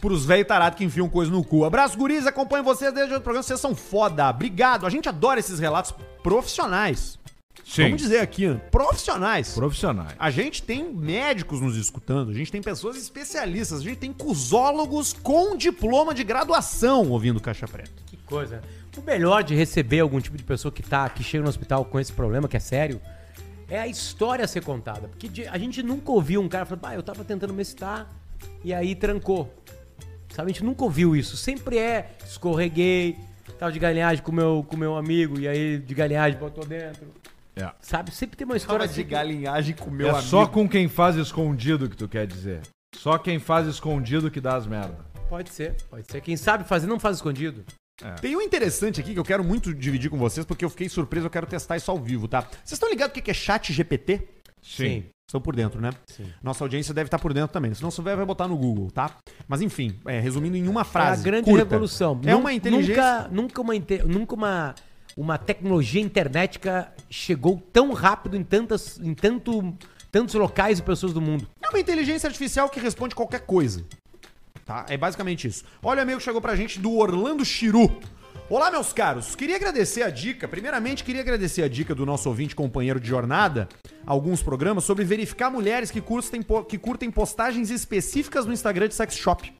pros velho tarado que enfiam coisa no cu. Abraço, guris, acompanho vocês desde o programa, vocês são foda. Obrigado. A gente adora esses relatos profissionais. Sim. Vamos dizer aqui, né? profissionais. Profissionais. A gente tem médicos nos escutando, a gente tem pessoas especialistas, a gente tem cusólogos com diploma de graduação ouvindo Caixa Preta. Que coisa. né? O melhor de receber algum tipo de pessoa que tá, que chega no hospital com esse problema, que é sério, é a história a ser contada. Porque de- a gente nunca ouviu um cara falando, ah, eu tava tentando me excitar e aí trancou. Sabe, a gente nunca ouviu isso. Sempre é escorreguei, tava de galinhagem com meu, com meu amigo e aí de galinhagem botou dentro. É. Sabe, sempre tem uma história assim que- galinhagem com é só com quem faz escondido que tu quer dizer. Só quem faz escondido que dá as merda. Pode ser, pode ser. Quem sabe fazer não faz escondido. Tem um interessante aqui que eu quero muito dividir com vocês, porque eu fiquei surpreso, eu quero testar isso ao vivo, tá? Vocês estão ligados o que que é chat GPT? Sim. Estão por dentro, né? Sim. Nossa audiência deve estar por dentro também. Se não souber, vai botar no Google, tá? Mas enfim, é, resumindo em uma É a frase. grande curta. revolução. É Nun- uma inteligência. Nunca, nunca, uma, inte- nunca uma, uma tecnologia internetica chegou tão rápido em, tantas, em tanto, tantos locais e pessoas do mundo. É uma inteligência artificial que responde qualquer coisa. Tá? É basicamente isso. Olha o e-mail que chegou pra gente do Orlando Chiru. Olá, meus caros. Queria agradecer a dica. Primeiramente, queria agradecer a dica do nosso ouvinte companheiro de jornada, alguns programas, sobre verificar mulheres que curtem, po- que curtem postagens específicas no Instagram de sex shop.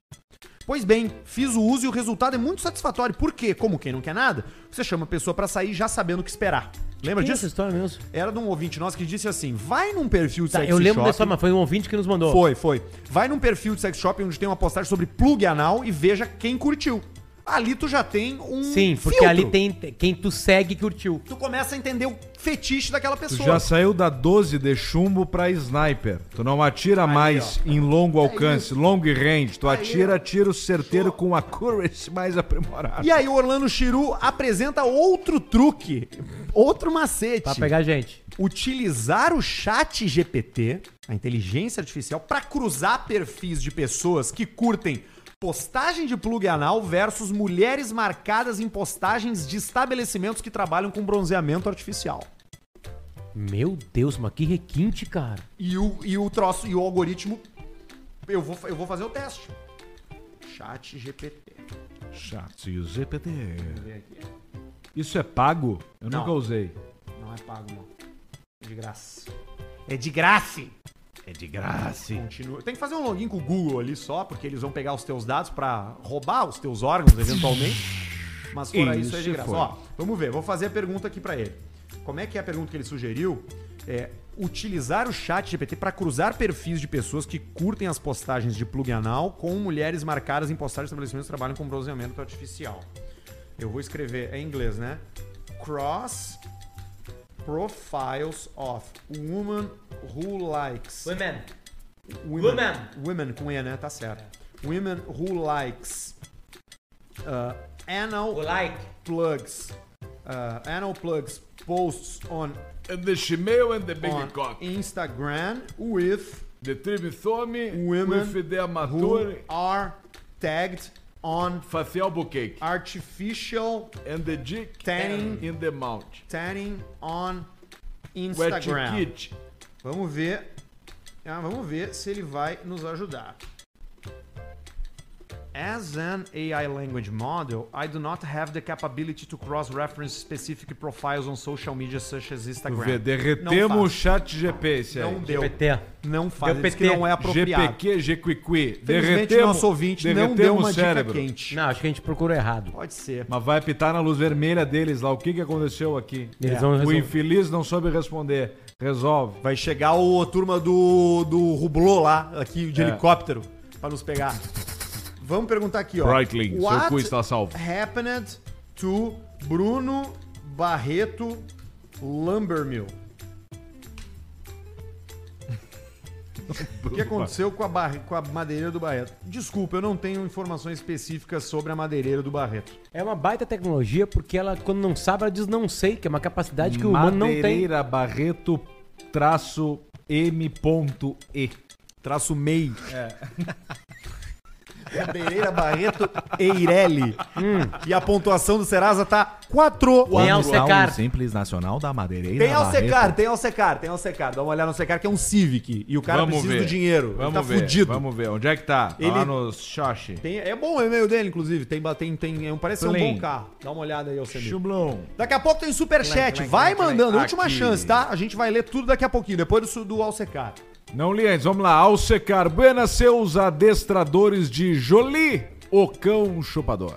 Pois bem, fiz o uso e o resultado é muito satisfatório. Por quê? Como quem não quer nada, você chama a pessoa pra sair já sabendo o que esperar. Lembra Tem disso? história mesmo? Era de um ouvinte nosso que disse assim: vai num perfil de Tá, sex eu lembro shop. dessa, mas foi um ouvinte que nos mandou. Foi, foi. Vai num perfil de sex shop onde tem uma postagem sobre plug anal e veja quem curtiu. Ali tu já tem um. Sim, porque filtro. ali tem quem tu segue curtiu. Tu começa a entender o fetiche daquela Tu pessoa. já saiu da 12 de chumbo pra sniper. Tu não atira mais em longo alcance, long range. Tu atira tiro certeiro com accuracy mais aprimorado. E aí o Orlando Chiru apresenta outro truque, outro macete. Pra pegar gente. Utilizar o chat GPT, a inteligência artificial, pra cruzar perfis de pessoas que curtem postagem de plug anal versus mulheres marcadas em postagens de estabelecimentos que trabalham com bronzeamento artificial. Meu Deus, mas que requinte, cara. E o, e o troço, e o algoritmo. Eu vou, fa- eu vou fazer o teste. Chat GPT. Chato. E o ZPT. Isso é pago? Eu nunca usei. Não é pago, não. De graça. É de graça. É de graça. Continua. Tem que fazer um login com o Google ali só, porque eles vão pegar os teus dados pra roubar os teus órgãos, eventualmente. Mas fora isso, é de Isso graça. foi. Ó, vamos ver. Vou fazer a pergunta aqui pra ele. Como é que é a pergunta que ele sugeriu? É utilizar o chat GPT pra cruzar perfis de pessoas que curtem as postagens de plug anal com mulheres marcadas em postagens de estabelecimentos que trabalham com bronzeamento artificial. Eu vou escrever em inglês, né? Cross profiles of woman who likes Women. Women. Women. Women com E, né? Tá certo. Women who likes uh, anal like. plugs. uh, anal plugs posts on, And the shemale and the big on cock. Instagram with The tribisome Women with the who amateur are tagged on facial bouquet. artificial And the dick Tanning. in the mouth. tanning on Wet Instagram. kit. Vamos ver. Ah, vamos ver se ele vai nos ajudar. As an AI language model, I do not have the capability to cross-reference specific profiles on social media such as Vê, Instagram. derretemos Não o faz. chat GP, esse aí. Não deu. PT. Não faz. Deu Ele disse PT. que não é apropriado. GPQ, GQQ. Infelizmente, Derretemos, nosso ouvinte não derretemos deu uma o dica quente. Não, acho que a gente procurou errado. Pode ser. Mas vai pitar na luz vermelha deles lá. O que, que aconteceu aqui? Eles É. vão o resolver. infeliz não soube responder. Resolve. Vai chegar o turma do, do Rublô lá, aqui de É. helicóptero, pra nos pegar. Vamos perguntar aqui, ó. Breitling, seu What cu está salvo. happened to Bruno Barreto Lumbermill? O que aconteceu com a, barre- com a madeireira do Barreto? Desculpa, eu não tenho informações específicas sobre a madeireira do Barreto. É uma baita tecnologia porque ela, quando não sabe, ela diz não sei, que é uma capacidade que o humano não tem. Madeireira Barreto traço M.E. Traço MEI. É. Madeireira Barreto Eireli. E a pontuação do Serasa tá 4. Tem Alcecar. Simples Nacional da Madeireira Tem Alcecar, tem Alcecar, tem Alcecar. Dá uma olhada no Alcecar que é um Civic. E o cara Vamos precisa ver. do dinheiro. Vamos ele tá ver. fudido. Vamos ver. Onde é que tá? Tá Lá Ele- no Xoxi. Tem- é bom o e-mail dele, inclusive. Tem, ba- tem, tem, é um- parece ser um Plim. bom carro. Dá uma olhada aí, Alcemir. Chublon. Daqui a pouco tem superchat. Vai mandando. Última Aqui. chance, tá? A gente vai ler tudo daqui a pouquinho, depois do, su- do Alcecar. Não li antes. Vamos lá. Alcecar. Buenas seus adestradores de Jolie, o cão chupador.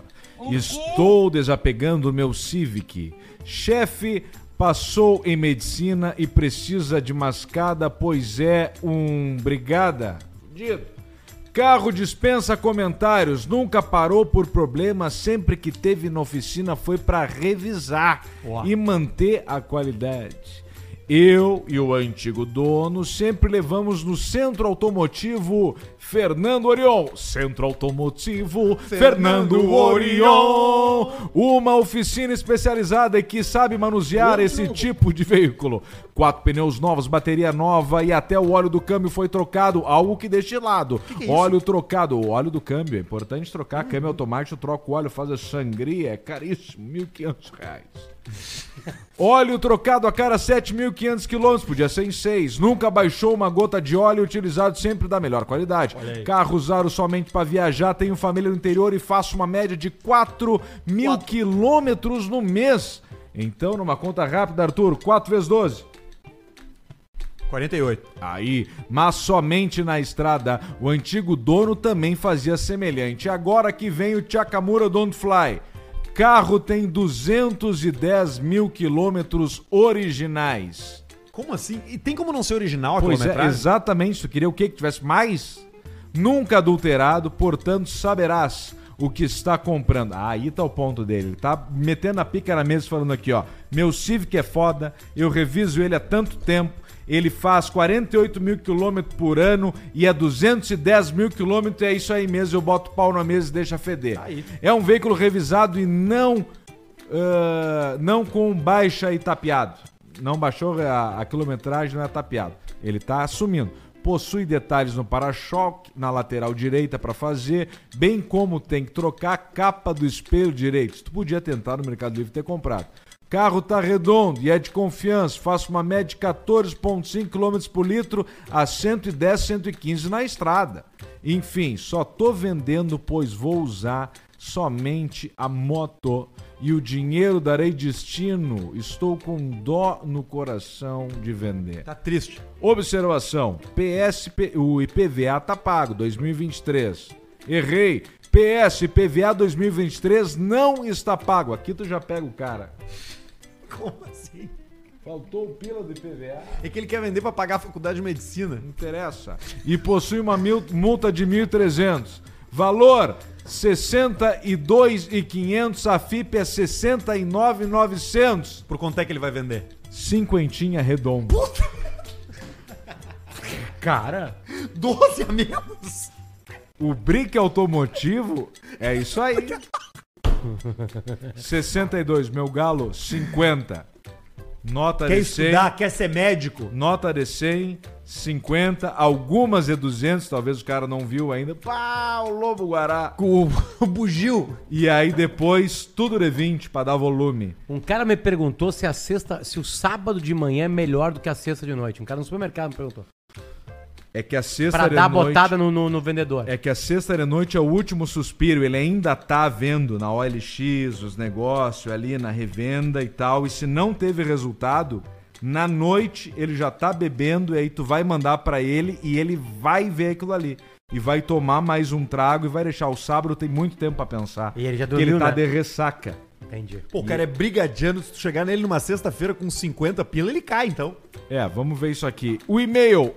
Estou desapegando meu Civic. Chefe passou em medicina e precisa de mascada, pois é um brigada. Dito. Carro dispensa comentários, nunca parou por problemas, sempre que teve na oficina foi para revisar e manter a qualidade. Eu e o antigo dono sempre levamos no Centro Automotivo Fernando Orion. Centro Automotivo Fernando, Fernando Orion. Uma oficina especializada e que sabe manusear esse tipo de veículo. Quatro pneus novos, bateria nova e até o óleo do câmbio foi trocado, algo que é deixe lado. óleo trocado, o óleo do câmbio. É importante trocar câmbio automático, troca o óleo, faz a sangria, é caríssimo, R$ 1.500 reais. Óleo trocado a cada 7.500 quilômetros, podia ser em 6. Nunca baixou uma gota de óleo, utilizado sempre da melhor qualidade. Carro usado somente para viajar, tenho família no interior e faço uma média de 4 mil quilômetros no mês. Então, numa conta rápida, Arthur, 4 vezes 12. 48. Aí, mas somente na estrada. O antigo dono também fazia semelhante. Agora que vem o Chakamura Don't Fly. Carro tem 210 mil quilômetros originais. Como assim? E tem como não ser original a Pois é, quilometragem? exatamente. Tu queria o quê? Que tivesse mais? Nunca adulterado, portanto saberás o que está comprando. Ah, aí tá o ponto dele. Ele tá metendo a pica na mesa e falando aqui, ó. Meu Civic é foda, eu reviso ele há tanto tempo. Ele faz 48 mil quilômetros por ano e é 210 mil quilômetros. É isso aí mesmo. Eu boto pau na mesa e deixa feder. É um veículo revisado e não, ah, não com baixa e tapeado não baixou é, a, a quilometragem, não é tapeado. Ele tá assumindo. Possui detalhes no para-choque, na lateral direita para fazer, bem como tem que trocar a capa do espelho direito. Tu podia tentar no Mercado Livre ter comprado. Carro tá redondo e é de confiança. Faço uma média de 14,5 km por litro a 110, 115 na estrada. Enfim, só tô vendendo, pois vou usar somente a moto e o dinheiro darei destino. Estou com dó no coração de vender. Tá triste. Observação: PSP, o IPVA tá pago 2023. Errei. PS PVA 2023 não está pago. Aqui tu já pega o cara. Como assim? Faltou o pila do IPVA. É que ele quer vender pra pagar a faculdade de medicina. Não interessa. E possui uma mil- multa de 1.300. Valor 62.500. A FIP é 69.900. Por quanto é que ele vai vender? Cinquentinha redondo. Puta. Cara, 12 a menos? o brick automotivo é isso aí. 62, meu galo, 50. Nota Quer de 100. estudar, quer ser médico. Nota de 100, 50, algumas de 200, talvez o cara não viu ainda. Pá, o Lobo Guará. O, o bugio. E aí depois, tudo de 20 pra dar volume. Um cara me perguntou se a sexta, se o sábado de manhã é melhor do que a sexta de noite. Um cara no supermercado me perguntou. É que a sexta Pra de dar noite... botada no, no- no vendedor. É que a sexta de noite é o último suspiro. Ele ainda tá vendo na OLX os negócios ali, na revenda e tal. E se não teve resultado, na noite ele já tá bebendo e aí tu vai mandar pra ele e ele vai ver aquilo ali. E vai tomar mais um trago e vai deixar o sábado tem muito tempo pra pensar. E ele já Porque ele dormiu, tá de né? ressaca. Entendi. Pô, o cara é brigadiano. Se tu chegar nele numa sexta-feira com 50 pila, ele cai, então. É, vamos ver isso aqui. O e-mail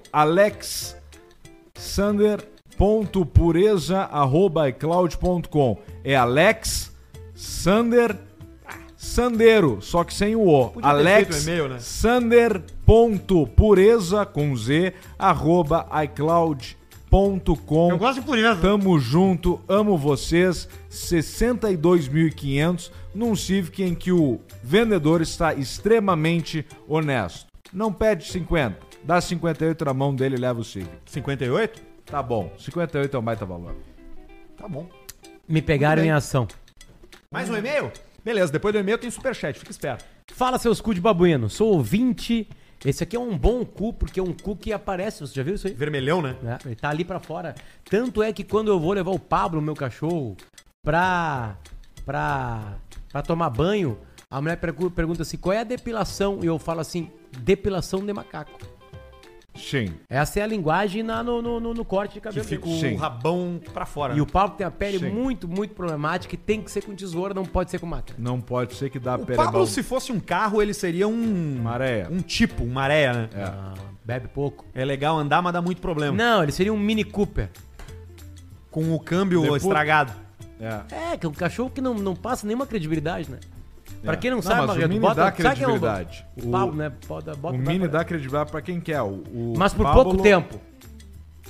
alexsander.pureza@icloud.com. É Alex Sander Sandero, só que sem o O. Podia ter feito o Alex e-mail, né? sander.pureza com z arroba icloud.com. de pureza. Tamo junto, amo vocês. 62.500 num Civic em que o vendedor está extremamente honesto. Não pede 50, dá 58 na mão dele e leva o Civic. 58? Tá bom, 58 é um baita valor. Tá bom. Me pegaram em ação. Mais um e-mail? Beleza, depois do e-mail tem superchat, fica esperto. Fala, seus cu de babuíno. Sou ouvinte. Esse aqui é um bom cu, porque é um cu que aparece. Você já viu isso aí? Vermelhão, né? né? Ele tá ali pra fora. Tanto é que quando eu vou levar o Pablo, meu cachorro, pra. pra. pra tomar banho, a mulher pergu- pergunta assim: qual é a depilação? E eu falo assim: depilação de macaco. Sim. Essa é a linguagem na- no, no, no- no corte de Que cabelo. fica dele. o Sim. rabão pra fora. né? E o Pablo tem a pele Sim. muito, muito problemática e tem que ser com tesoura, não pode ser com máquina. Não pode ser que dá O perebão. Pablo, se fosse um carro, ele seria um. Maréia. Um tipo, um maréia, né? Ah, bebe pouco. É. legal andar, mas dá muito problema. Não, ele seria um Mini Cooper. Com o câmbio Depois- estragado. É. É, que é um cachorro que não, não passa nenhuma credibilidade, né? Pra É. quem não, Não, sabe, mas o Marreto, Mini dá credibilidade. Quem é o, O- o Pablo, né? Bota, bota O pra- Mini dá credibilidade pra quem quer. O, o Mas por Pablo- pouco tempo.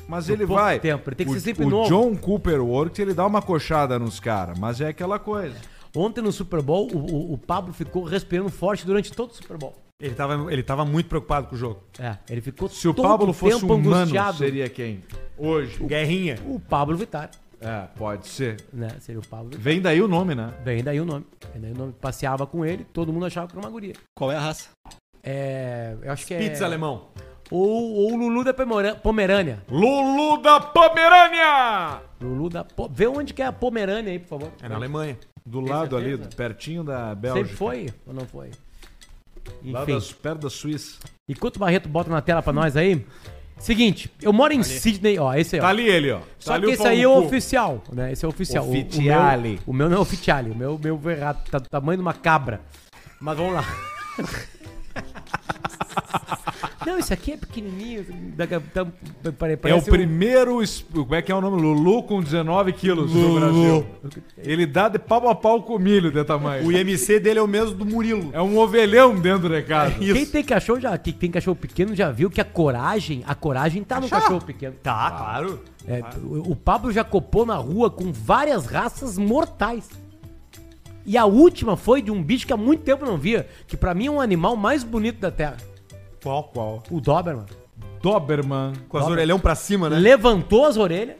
Mas Por ele pouco vai. tempo, ele tem que o, ser sempre o novo. John Cooper Works, ele dá uma coxada nos caras, mas é aquela coisa. Ontem no Super Bowl, o, o- o Pablo ficou respirando forte durante todo o Super Bowl. Ele tava, ele tava muito preocupado com o jogo. É, ele ficou Se o todo Pablo fosse tempo um humano, angustiado. seria quem? Hoje. Guerrinha. O Pablo Vittar, É, pode ser. né? Seria o Pablo Vittar. Vem daí o nome, né? Vem daí o nome. Vem daí o nome. Passeava com ele, todo mundo achava que era uma guria. Qual é a raça? É. Eu acho que é. Pizza alemão. Ou, ou o Lulu da Pomera- Pomerânia. Lulu da Pomerânia! Lulu da. Po... Vê onde que é a Pomerânia aí, por favor. É na Alemanha. Do Tem lado ali, certeza? do- pertinho da Sempre Bélgica. foi ou não foi? Lá Enfim. das, perto da Suíça. Enquanto o Barreto bota na tela pra nós aí. Seguinte, eu moro em Sydney, ó, esse aí, ó. Tá ali ele, ó. Tá Só ali que o esse pau aí é no o cu. oficial, né? Esse é o oficial. O- Oficiale. O, meu, o meu não é oficiale, o meu, meu foi errado, tá do tamanho de uma cabra. Mas vamos lá. não, esse aqui é pequenininho. da- da- da- pare- É o parece um- primeiro. es- Como é que é o nome? Lulu com 19 quilos no Brasil. Ele dá de pau a pau com milho de O tamanho. IMC dele é o mesmo do Murilo. É um ovelhão dentro de casa. Quem tem cachorro já, quem tem cachorro pequeno já viu que a coragem, a coragem tá no cachorro pequeno. Tá, claro. É, o o Pablo já copou na rua com várias raças mortais. E a última foi de um bicho que há muito tempo eu não via, que pra mim é um animal mais bonito da Terra, Qual, qual? o Doberman. Doberman. Com as orelhão pra cima, né? Levantou as orelhas,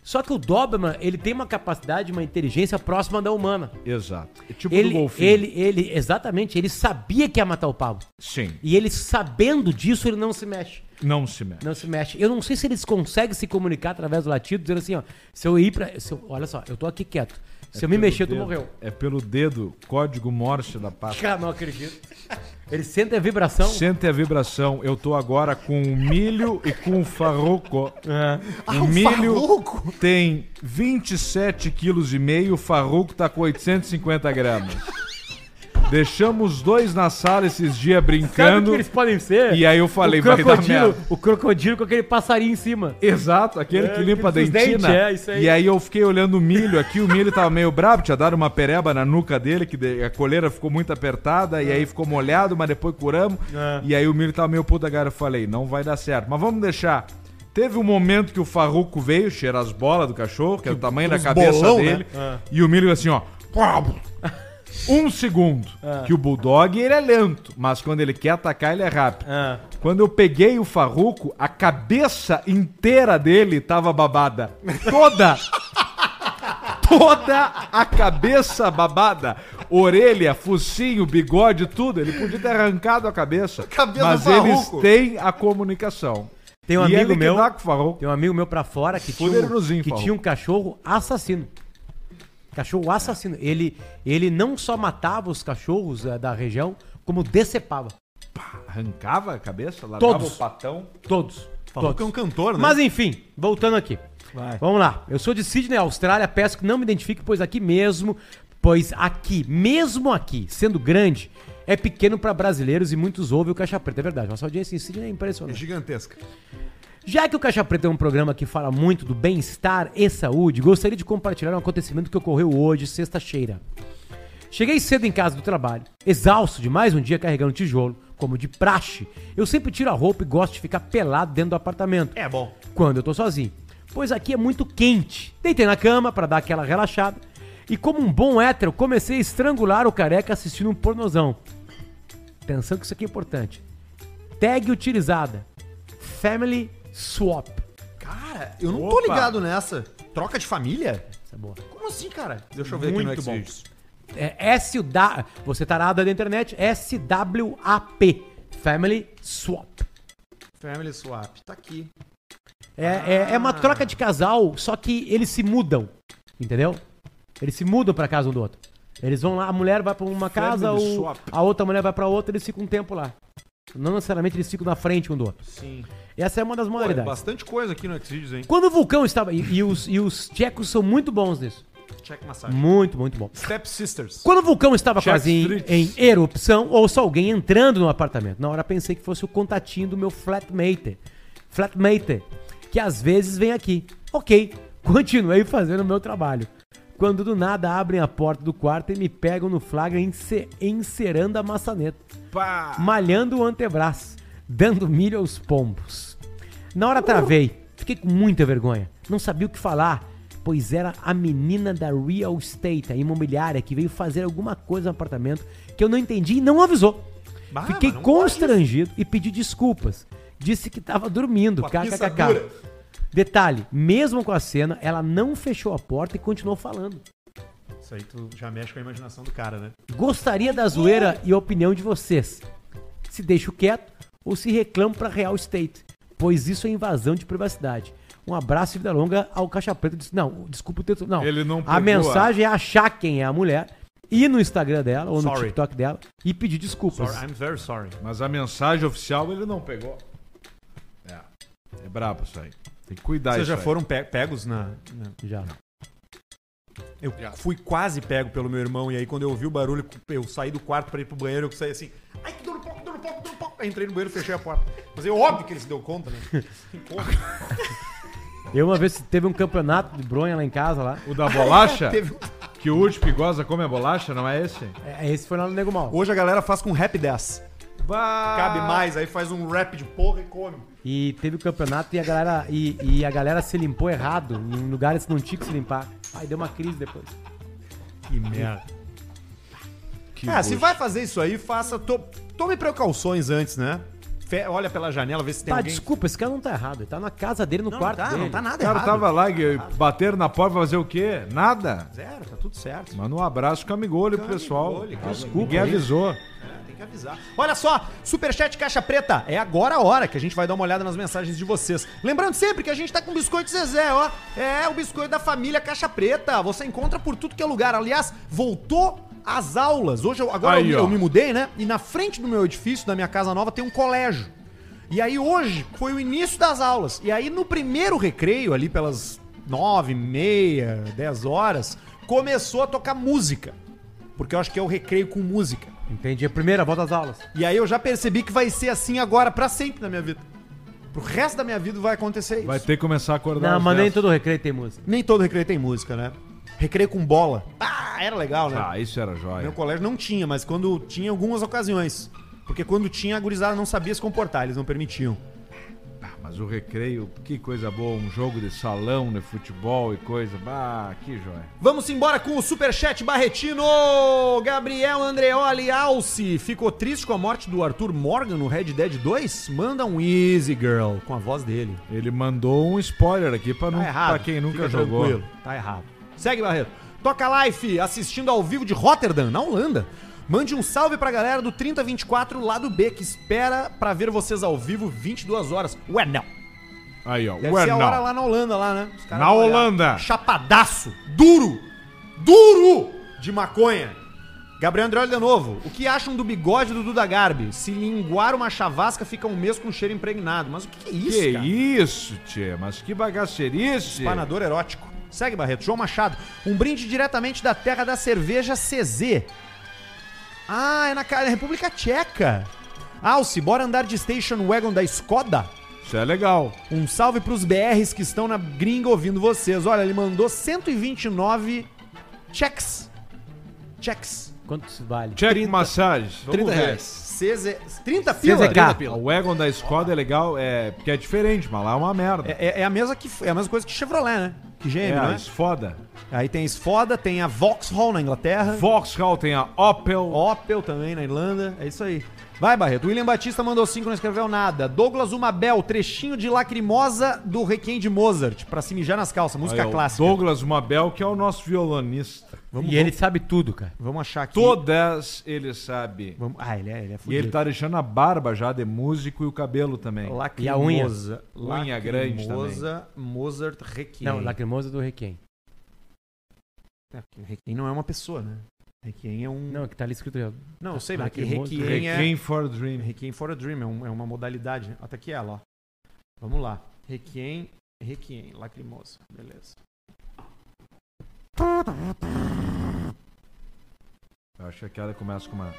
só que o Doberman, ele tem uma capacidade, uma inteligência próxima da humana. Exato. É tipo do Ele, golfinho. ele, ele, exatamente, ele sabia que ia matar o Pablo. Sim. E ele sabendo disso, ele não se mexe. Não se mexe. Não se mexe. Eu não sei se eles conseguem se comunicar através do latido, dizendo assim, ó. Se eu ir pra. se eu- olha só, eu tô aqui quieto. Se eu me pelo mexer, tu dedo. morreu. É pelo dedo, código morse da pasta. Cara, não acredito. Ele sente a vibração. Sente a vibração. Eu tô agora com o milho e com o farroco. É. O Ah, milho tem 27 quilos e meio, o farroco tá com 850 gramas. Deixamos os dois na sala esses dias Sabe o que brincando. eles podem ser? E aí eu falei, o vai dar crocodilo, merda. o crocodilo com aquele passarinho em cima. Exato, aquele É, que limpa a dos dentina. dentes, é, isso aí. E aí eu fiquei olhando o milho aqui, o milho tava meio brabo, tinha dado uma pereba na nuca dele, que de- a coleira ficou muito apertada, É. e aí ficou molhado, mas depois curamos. E aí o milho tava meio puta cara, eu falei, não vai dar certo. Mas vamos deixar. Teve um momento que o farruco veio, cheira as bolas do cachorro, que é o tamanho da cabeça bolão, né? dele, É. e o milho assim, ó. Um segundo. Que o Bulldog, ele é lento, mas quando ele quer atacar, ele é rápido. Quando eu peguei o farruco, a cabeça inteira dele tava babada. Toda! Toda a cabeça babada. Orelha, focinho, bigode, tudo. Ele podia ter arrancado a cabeça. Cabelo mas eles farruco. têm a comunicação. Tem um E ele amigo que meu. dá com o farruco. Tem um amigo meu pra fora que tinha um, Poderosinho, que Paulo. tinha um cachorro assassino. Cachorro assassino. Ele, ele não só matava os cachorros eh, da região, como decepava. Arrancava a cabeça? Largava Todos. o patão? Todos. Falou que é todos. um cantor, né? Mas enfim, voltando aqui. Vamos lá. Eu sou de Sydney, Austrália. Peço que não me identifique, pois aqui mesmo, pois aqui, mesmo aqui, sendo grande, é pequeno pra brasileiros e muitos ouvem o Caixa Preta. É verdade. Nossa audiência em Sydney é É impressionante. gigantesca. Já que o Caixa Preta é um programa que fala muito do bem-estar e saúde, gostaria de compartilhar um acontecimento que ocorreu hoje, sexta-feira. Cheguei cedo em casa do trabalho, exausto de mais um dia carregando tijolo, como de praxe. Eu sempre tiro a roupa e gosto de ficar pelado dentro do apartamento. É bom. Quando eu tô sozinho. Pois aqui é muito quente. Deitei na cama pra dar aquela relaxada. E como um bom hétero, comecei a estrangular o careca assistindo um pornozão. Atenção que isso aqui é importante. Tag utilizada. Family Swap. Cara, eu não tô ligado nessa. Troca de família? Essa é boa. Como assim, cara? Deixa eu ver Muito aqui no bom. Xvideos. É SW. Você tarada da internet, SWAP. Family Swap. Family Swap, tá aqui. É, é, é uma troca de casal, só que eles se mudam. Entendeu? Eles se mudam pra casa um do outro. Eles vão lá, a mulher vai pra uma casa, Family o- swap. a outra mulher vai pra outra, eles ficam um tempo lá. Não necessariamente eles ficam na frente um do outro. Sim. Essa é uma das Pô, é modalidades. bastante coisa aqui no Xvideos, hein? Quando o vulcão estava. E, e os, e os tchecos são muito bons nisso. Check massagem. Muito, muito bom. Step Sisters. Quando o vulcão estava Check quase em, em streets. erupção, ouço alguém entrando no apartamento. Na hora pensei que fosse o contatinho do meu flatmate. Flatmate, que às vezes vem aqui. Ok, continuei fazendo o meu trabalho. Quando do nada abrem a porta do quarto e me pegam no flagra ence- encerando a maçaneta, malhando o antebraço, dando milho aos pombos. Na hora travei, fiquei com muita vergonha. Não sabia o que falar, pois era a menina da real estate, a imobiliária, que veio fazer alguma coisa no apartamento que eu não entendi e não avisou. Bah, fiquei mas não constrangido e pedi desculpas. Disse que estava dormindo, Com a pizza kkkk. dura. Detalhe, mesmo com a cena, ela não fechou a porta e continuou falando. Isso aí tu já mexe com a imaginação do cara, né? Gostaria da zoeira e opinião de vocês. Se deixo quieto ou se reclamo pra Real Estate, pois isso é invasão de privacidade. Um abraço e vida longa ao Caixa Preta. Disse- Não, desculpa o texto. Não. Ele não a pegou mensagem é achar quem é a mulher, ir no Instagram dela ou no Sorry. TikTok dela e pedir desculpas. Sorry, I'm very sorry. Mas a mensagem oficial ele não pegou. É. É brabo isso aí. Tem que cuidar Vocês isso já aí. foram pe- pegos na. na- Já. Eu fui quase pego pelo meu irmão, e aí quando eu ouvi o barulho, eu saí do quarto pra ir pro banheiro, eu saí assim. Ai, que dor no pau, que dor no pau, que dor no pau. Aí entrei no banheiro e fechei a porta. Mas é óbvio que ele se deu conta, né? Porra, Eu uma vez teve um campeonato de bronha lá em casa lá. O da bolacha? teve- um- Que o último que goza come a bolacha, não é esse? É, Esse foi lá no Nego Mal. Hoje a galera faz com rap dessa. Cabe mais, aí faz um rap de porra e come. E teve o campeonato e a galera e, e a galera se limpou errado em lugares que não tinha que se limpar. Aí deu uma crise depois. Que merda. ah, se vai fazer isso aí, faça. to- Tome precauções antes, né? Fe- Olha pela janela, vê se tem Tá, alguém. desculpa, esse cara não tá errado. Ele tá na casa dele, no Não, quarto não tá, dele. não tá nada O cara errado. tava lá e bateram na porta pra fazer o quê? Nada. Zero, tá tudo certo. Manda um abraço camigolho pro pessoal. Camigolho, Desculpa, Ninguém avisou. Tem que que avisar. Olha só, Superchat Caixa Preta. É agora a hora que a gente vai dar uma olhada nas mensagens de vocês. Lembrando sempre que a gente tá com Biscoito Zezé, ó. É o biscoito da família Caixa Preta. Você encontra por tudo que é lugar. Aliás, voltou às aulas. Hoje, eu, agora Aí, eu, ó. eu me mudei, né? E na frente do meu edifício, da minha casa nova, tem um colégio. E aí hoje foi o início das aulas. E aí no primeiro recreio, ali pelas nove, e meia, dez horas, começou a tocar música. Porque eu acho que é o recreio com música. Entendi. é Primeira, volta às aulas. E aí eu já percebi que vai ser assim agora pra sempre na minha vida. Pro resto da minha vida vai acontecer isso. Vai ter que começar a acordar. Não, às mas nem 10. todo recreio tem música. Nem todo recreio tem música, né? Recreio com bola. Ah, era legal, né? Ah, isso era Meu jóia. colégio não tinha, mas quando tinha algumas ocasiões. Porque quando tinha, a gurizada não sabia se comportar, eles não permitiam. Ah, Mas o recreio, que coisa boa. Um jogo de salão, de futebol e coisa. Bah, que jóia. Vamos embora com o Superchat Barretino! Gabriel Andreoli Alce. Ficou triste com a morte do Arthur Morgan no Red Dead 2? Manda um Easy Girl com a voz dele. Ele mandou um spoiler aqui pra, Tá não, errado. pra quem nunca Fica jogou. Tranquilo. Tá errado. Segue, Barreto. Toca Life, assistindo ao vivo de Rotterdam, na Holanda. Mande um salve pra galera do 3024 lado B, que espera pra ver vocês ao vivo 22 horas. Ué, não. Aí, ó. Deve Ué, ser a não. hora lá na Holanda, lá, né? Os caras Na vão olhar. Holanda. Chapadaço. Duro. Duro de maconha. Gabriel Andreoli de novo. O que acham do bigode do Duda Garbi? Se linguar uma chavasca, fica um mês com cheiro impregnado. Mas o que, que é isso, Que cara? isso, tchê. Mas que bagaceirice. Panador erótico. Segue, Barreto. João Machado. Um brinde diretamente da terra da cerveja CZ. Ah, é na ca- é República Tcheca. Alce, bora andar de station wagon da Skoda? Isso é legal. Um salve pros BRs que estão na gringa ouvindo vocês. Olha, ele mandou 129 checks. Checks. Uhum. Quanto isso vale? Check massage. 30 Vamos ver. reais. CZ. 30 pila? 30 CZK. pila. O Egon da Skoda é legal, é, porque é diferente, mas lá é uma merda. É, é- é a mesma que, é a mesma coisa que Chevrolet, né? Que GM, É, né? isso foda. Aí tem a Skoda, tem a Vauxhall na Inglaterra. Vauxhall tem a Opel. Opel também na Irlanda. É isso aí. Vai, Barreto. William Batista mandou cinco, não escreveu nada. Douglas Umabel, trechinho de lacrimosa do Requiem de Mozart, pra se mijar nas calças, música Aí, ó, clássica. Douglas Mabel, que é o nosso violonista. Vamos, E ele sabe tudo, cara. vamos achar aqui. Todas ele sabe. Vamos... Ah, ele é, ele é E ele fudido. tá deixando a barba já de músico e o cabelo também. E a unha? Lacrimosa. Unha grande Lacrimosa, Mozart, Requiem. Não, Lacrimosa do Requiem. É, porque Requiem não é uma pessoa, né? Requiem é um... Não, é que tá ali escrito. ó. não eu sei, mas é que Lacrimosa. Requiem é... Requiem for a Dream. Requiem for a Dream, é, um- é uma modalidade. né? Até que ela, ó. Vamos lá. Requiem, Requiem, Lacrimosa. Beleza. Eu acho que aquela começa com uma.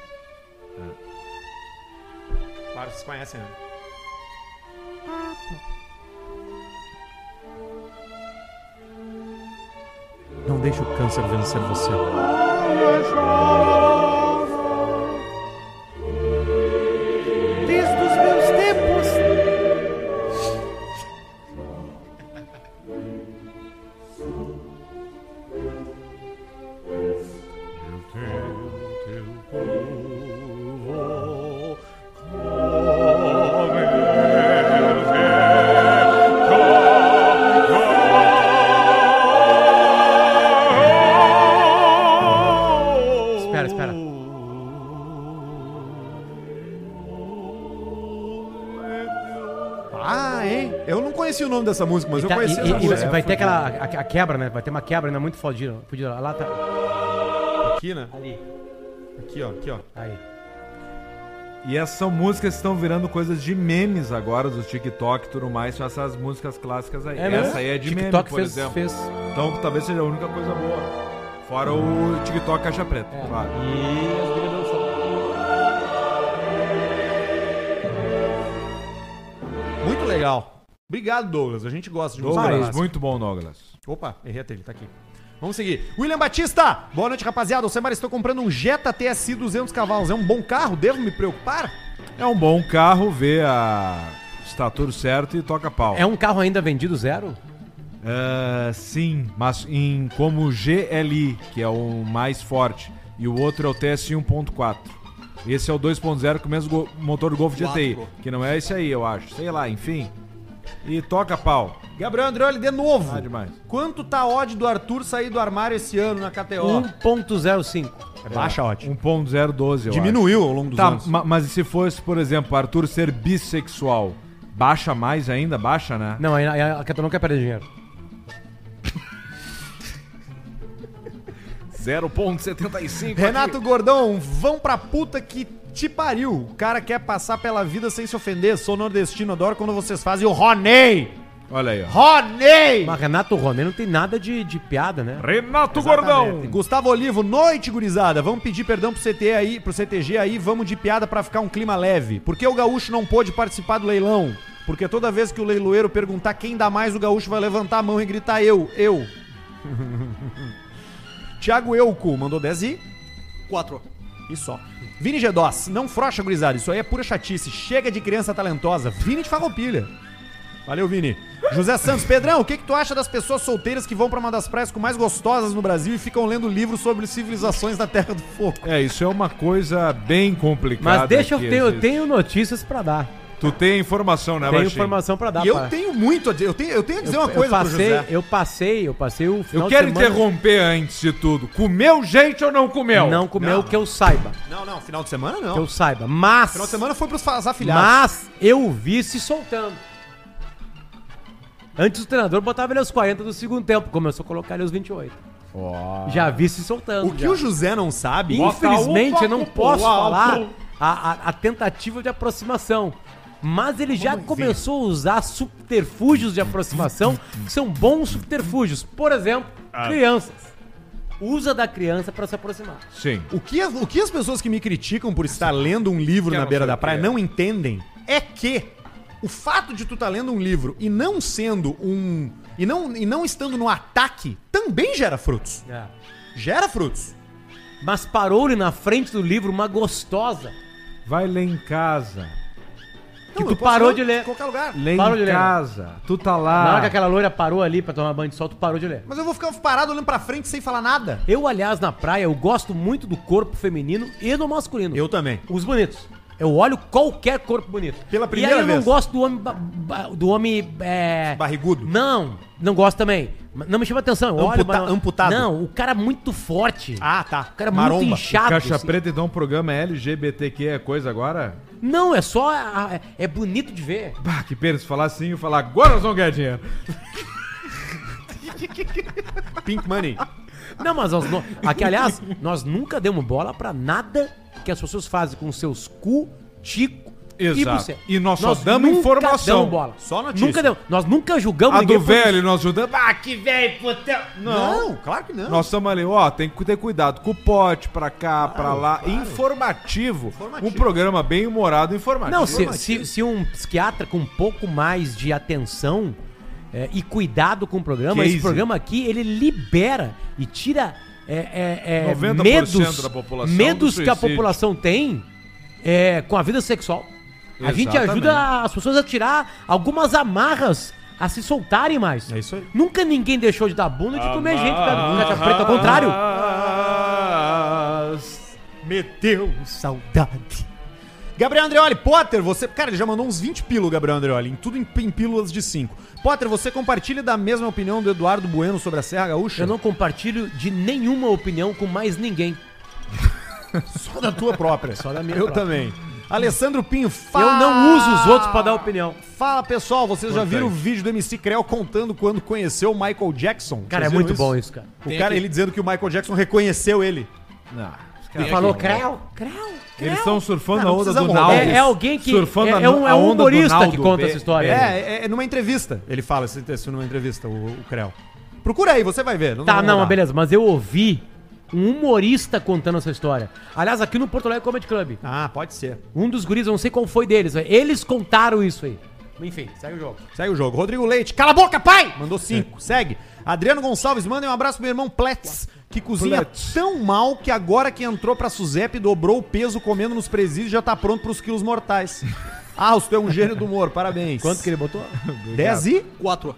Claro, vocês conhecem, né? Não deixe o câncer vencer você. Desde os meus tempos. Espera, espera. Ah, hein? Eu não conhecia o nome dessa música, mas eu Tá, e- conhecia e- essa e música. vai ter aquela a, a quebra, né? Vai ter uma quebra ainda muito fodida. fodida. Lá tá. Aqui, né? Ali. Aqui, ó. Aqui, ó. Aí. E essas são músicas que estão virando coisas de memes agora, dos TikTok e tudo mais. São essas músicas clássicas aí. Essa aí é de né? TikTok meme, por fez, exemplo. fez- Então talvez seja a única coisa boa. Fora o TikTok Caixa Preta, É. claro. E as brigas dançando. Muito legal. Obrigado, Douglas. A gente gosta de Douglas, música. muito bom, Douglas. Opa, errei a trilha, tá aqui. Vamos seguir. William Batista. Boa noite, rapaziada. O Semar estou comprando um Jetta TSI 200 cavalos. É um bom carro? Devo me preocupar? É um bom carro, vê a estatura certo e toca pau. É um carro ainda vendido zero? Ah, sim, mas em como GLI, que é o mais forte, e o outro é o um TS 1.4. Esse é o 2.0 com o mesmo go- motor do Golf GTI, que não é esse aí, eu acho. Sei lá, enfim. E toca pau. Gabriel Andreoli de novo. Tá demais. Quanto tá a odd do Arthur sair do armário esse ano na KTO? 1.05. É baixa a odd. 1.012, eu Diminuiu ao longo acho. dos Tá, anos. ma- mas e se fosse, por exemplo, Arthur ser bissexual, baixa mais ainda? Baixa, né? Não, aí- aí a Catarina não quer perder dinheiro. 0.75. Renato Gordão, vão pra puta que te pariu. O cara quer passar pela vida sem se ofender. Sou nordestino, adoro quando vocês fazem o Ronei. Olha aí, ó. Ronei! Mas Renato Romero não tem nada de, de piada, né? Renato Exatamente. Gordão! Então, Gustavo Olivo, noite gurizada. Vamos pedir perdão pro CT aí, pro CTG aí, vamos de piada pra ficar um clima leve. Por que o gaúcho não pôde participar do leilão? Porque toda vez que o leiloeiro perguntar quem dá mais, o gaúcho vai levantar a mão e gritar eu, eu. Tiago Euco mandou 10 e 4. e só. Vini Gedós, não frocha, gurizada. Isso aí é pura chatice. Chega de criança talentosa. Vini de farroupilha. Valeu, Vini. José Santos, Pedrão, o que, que tu acha das pessoas solteiras que vão pra uma das praias com mais gostosas no Brasil e ficam lendo livros sobre civilizações da Terra do Fogo? É, isso é uma coisa bem complicada. Mas deixa eu que ter, eu existe. tenho notícias pra dar. Tu tem informação, né, tenho Tá Baixinho? informação pra dar. E eu pá. tenho muito a dizer. Eu tenho, eu tenho a dizer uma eu coisa pro passei, José. Eu passei, eu passei o Eu final quero de semana... interromper antes de tudo. Comeu gente ou não comeu? Não comeu que eu saiba. Não, não, final de semana não. Que eu saiba. Mas... Final de semana foi pros fa- as afilhados. Mas eu vi se soltando. Antes o treinador botava ele aos 40 do segundo tempo, começou a colocar ele aos 28. Já vi se soltando. O que já. o José não sabe. Infelizmente eu não posso Uau, falar pô. a, a- a tentativa de aproximação. Mas ele já começou a usar subterfúgios de aproximação que são bons subterfúgios. Por exemplo, crianças. Usa da criança pra se aproximar. Sim. O que, as, o que as pessoas que me criticam por estar lendo um livro Que eu na não beira sei da o que praia é. não entendem é que o fato de tu estar lendo um livro e não sendo um. E não, e não estando no ataque também gera frutos. Gera frutos. Mas parou-lhe na frente do livro uma gostosa. Vai ler em casa. Não, Então, eu tu posso parou ler de ler. Em qualquer lugar. Lê Paulo em Helena. casa. Tu tá Ah. Na hora que lá. aquela loira parou ali pra tomar banho de sol, tu parou de ler. Mas eu vou ficar parado olhando pra frente sem falar nada. Eu, aliás, na praia, eu gosto muito do corpo feminino e do masculino. também. Os bonitos. Eu olho qualquer corpo bonito. Pela primeira E aí eu vez. não gosto do homem... ba- ba- Do homem... É... Barrigudo. Não, não gosto também. Mas Não me chama atenção. Eu olho, Amputa- mas não- amputado. Não, o cara é muito forte. Ah, tá. O cara é muito Maromba. inchado. Caixa assim. Preta então um programa LGBTQ é coisa agora? Não, é só... a- É bonito de ver. Bah, que pena se falar assim e falar agora nós vamos ganhar dinheiro. Pink Money. Não, mas nós, não- aqui, aliás, nós nunca demos bola pra nada que as pessoas fazem com seus cu, tico e Exato. você. E nós só damos informação. Damos bola. Só notícia. Nunca demos. Nós nunca A julgamos do por isso. velho nós ajudamos. Ah, que velho, putão. Não. claro que não. Nós estamos ali, ó, tem que ter cuidado com o pote pra cá, pra lá. Informativo. Informativo. Um programa bem humorado e informativo. Não, se, se, se um psiquiatra com um pouco mais de atenção é, e cuidado com o programa, Case. esse programa aqui, ele libera e tira é, é, é, 90% medos, da população medos do que a suicídio. população tem é, com a vida sexual. A gente Exatamente. ajuda as pessoas a tirar algumas amarras a se soltarem mais. É isso aí. Nunca ninguém deixou de dar bunda e de comer gente, cara. Caixa preta, tá ao contrário. Meteu saudade. Gabriel Andreoli, Potter, você. Cara, ele já mandou uns 20 pílulas, Gabriel Andreoli, em tudo em, em pílulas de 5. Potter, você compartilha da mesma opinião do Eduardo Bueno sobre a Serra Gaúcha? Eu não compartilho de nenhuma opinião com mais ninguém. sou da tua própria. Só da minha. Eu também. Alessandro Pinho, fala. Eu não uso os outros pra dar opinião. Fala pessoal, vocês já viram o vídeo do MC Creu contando quando conheceu o Michael Jackson? Cara, é Vocês muito viram bom isso, cara. O cara, ele dizendo que o Michael Jackson reconheceu ele. Ele falou creu, creu, creu. Eles estão surfando a Não, não onda precisa do mudar. Naldo. É, é alguém que. Surfando é, a- é um, é a um onda do humorista Naldo, que conta B- essa história. É, é, é numa entrevista. Ele fala esse texto numa entrevista, o, o Creu. Procura aí, você vai ver. Tá, vou não, mandar. mas beleza, mas eu ouvi um humorista contando essa história. Aliás, aqui no Porto Alegre Comedy Club, Ah, pode ser. um dos guris, eu não sei qual foi deles, eles contaram isso aí. Enfim, segue o jogo. Segue o jogo. Rodrigo Leite, cala a boca, pai! É. Mandou cinco. Segue. Adriano Gonçalves, manda um abraço pro meu irmão Plets, que cozinha tão mal que agora que entrou pra Suzep dobrou o peso comendo nos presídios e já tá pronto pros quilos mortais. Ah, tu é um gênio do humor, parabéns. Quanto que ele botou? 10 e 4.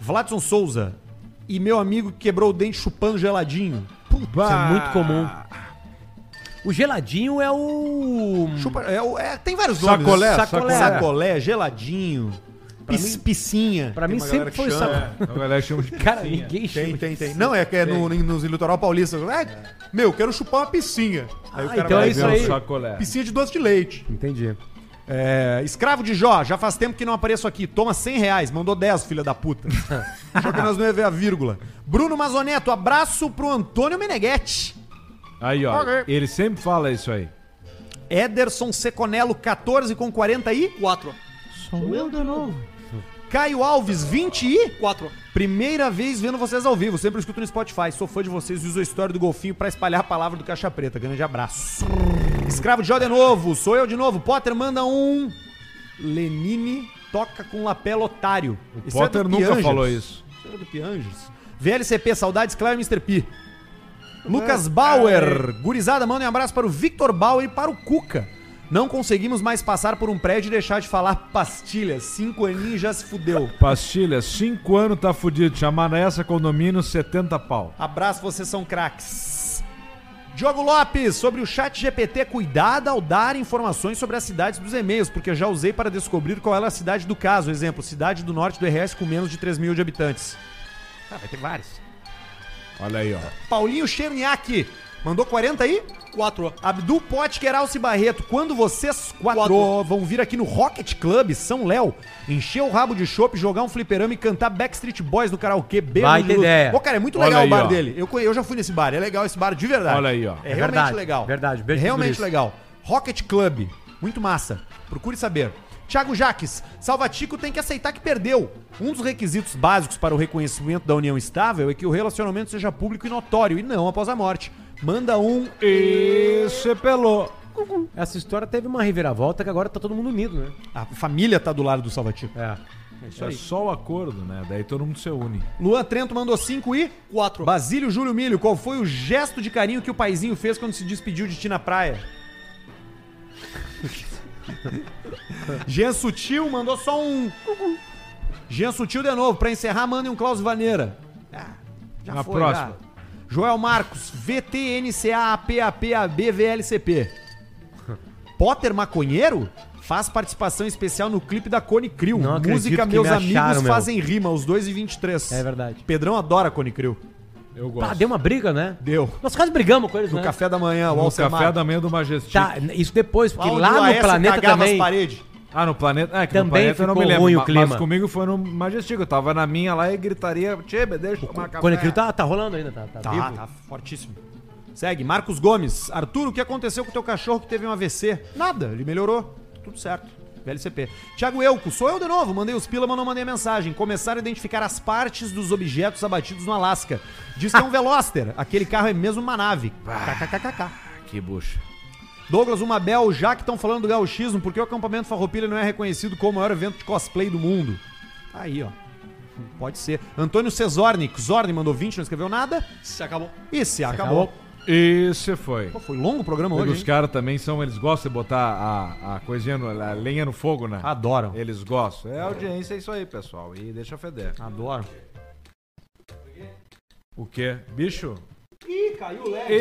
Vladson Souza. Ah. E meu amigo que quebrou o dente chupando geladinho. Puta, Isso é muito comum. O geladinho é o. Chupa, é, o- é- tem vários Sacolé, nomes. sacolé. Sacolé, geladinho, pis, piscinha. Pra mim Tem uma galera sempre que foi o chama. sacolé. É, então A galera chama de Cara, ninguém chama. Tem, de tem, tem. piscina. Não, é que é no, no, no litoral paulista. É, meu, quero chupar uma piscinha. Aí o Ah, cara então vai é isso ver um aí. sacolé. Piscinha de doce de leite. Entendi. É, escravo de Jó, já faz tempo que não apareço aqui. Toma 100 reais, mandou 10, filha da puta. Achou que nós não ia ver a vírgula. Bruno Mazoneto, abraço pro Antônio Meneghetti. Aí, ó. Ok. Ele sempre fala isso aí. Ederson Seconello, 14 com 40 e... 4. Sou eu de novo. Caio Alves, 20 e... 4. Primeira vez vendo vocês ao vivo, sempre escuto no Spotify. Sou fã de vocês e uso a história do golfinho pra espalhar a palavra do Caixa Preta. Grande abraço. Escravo de Jó de novo, sou eu de novo. Potter manda um. Lenine toca com lapela otário. é O é Potter nunca falou isso. Isso é do Piangers. VLCP, saudades, Claro e Mr. P. Lucas Bauer, gurizada, manda um abraço para o Victor Bauer e para o Cuca. Não conseguimos mais passar por um prédio e deixar de falar pastilha. Cinco aninhos já se fudeu. Pastilha, 5 anos tá fudido. Chamar nessa condomínio 70 pau. Abraço, vocês são craques. Diogo Lopes, sobre o chat GPT, cuidado ao dar informações sobre as cidades dos e-mails, porque já usei para descobrir qual era a cidade do caso. Exemplo, cidade do norte do RS com menos de 3 mil de habitantes. Ah, vai ter vários. Olha aí, ó. Paulinho Cherniak, mandou 40 aí? 4. Abdul Potker, Alci Barreto, quando vocês quatro, Quatro. vão vir aqui no Rocket Club São Léo, encher o rabo de chopp, jogar um fliperama e cantar Backstreet Boys no karaokê, bêbado Vai de ter luz. ideia. Ô, cara, é muito Olha legal aí, o bar ó. dele. Eu, conhe- eu já fui nesse bar, é legal esse bar, de verdade. Olha aí, ó. É, É realmente verdade, legal. verdade. Beijo É pros realmente guris. legal. Rocket Club, muito massa. Procure saber. Thiago Jaques, Salvatico tem que aceitar que perdeu. Um dos requisitos básicos para o reconhecimento da união estável é que o relacionamento seja público e notório, e não após a morte. Manda um E você pelou. Essa história teve uma reviravolta que agora tá todo mundo unido, né? A família tá do lado do Salvatico. É. É só o acordo, né? Daí todo mundo se une. Luan Trento mandou 5 e. 4. Basílio Júlio Milho, qual foi o gesto de carinho que o paizinho fez quando se despediu de ti na praia? Jean Sutil mandou só um. Jean Sutil de novo, pra encerrar, mandem um Klaus Vaneira. Ah, já Na foi, próxima. já. Joel Marcos, VTNCAAPAPABVLCP. Potter Maconheiro faz participação especial no clipe da Cone Crew. Não acredito Música que Meus me Amigos acharam, meu. Fazem Rima, os 2 e 23. É verdade. Pedrão adora Cone Crew. Eu gosto. Pá, deu uma briga, né? Deu. Nós quase brigamos com eles, No né? café da manhã, o No Alcemar. café da manhã do Majestic. Tá, isso depois, porque Onde o lá Aécio no planeta cagava também. as paredes. Ah, no planeta. É, que no Também planeta eu não me ficou lembro. ruim o ma- mas, clima. comigo foi no Majestic. Eu tava na minha lá e gritaria. Tchê, me deixa eu tomar café. Quando aquilo tá, tá rolando ainda, tá? Tá, Tá, vivo. tá fortíssimo. Segue, Marcos Gomes. Arthur, o que aconteceu com o teu cachorro que teve um AVC? Nada, ele melhorou. Tudo certo. VLCP. Thiago Elco, sou eu de novo. Mandei os pila, mas não mandei a mensagem. Começaram a identificar as partes dos objetos abatidos no Alasca. Diz que é um Veloster. Aquele carro é mesmo uma nave. KKKKK. Que bucha. Douglas Umabel, já que estão falando do gauchismo, por que o acampamento Farroupilha não é reconhecido como o maior evento de cosplay do mundo? Tá Aí, ó. Pode ser. Antônio Cesorni, Zorni mandou 20, não escreveu nada. Se acabou. E se acabou. E você foi. Pô, foi longo o programa hoje, Os hein? caras também são, eles gostam de botar a, a coisinha, no, a lenha no fogo, né? Adoram. Eles gostam. É audiência, é isso aí, pessoal. E deixa feder. Adoram. O quê? Bicho? Ih, caiu o LED.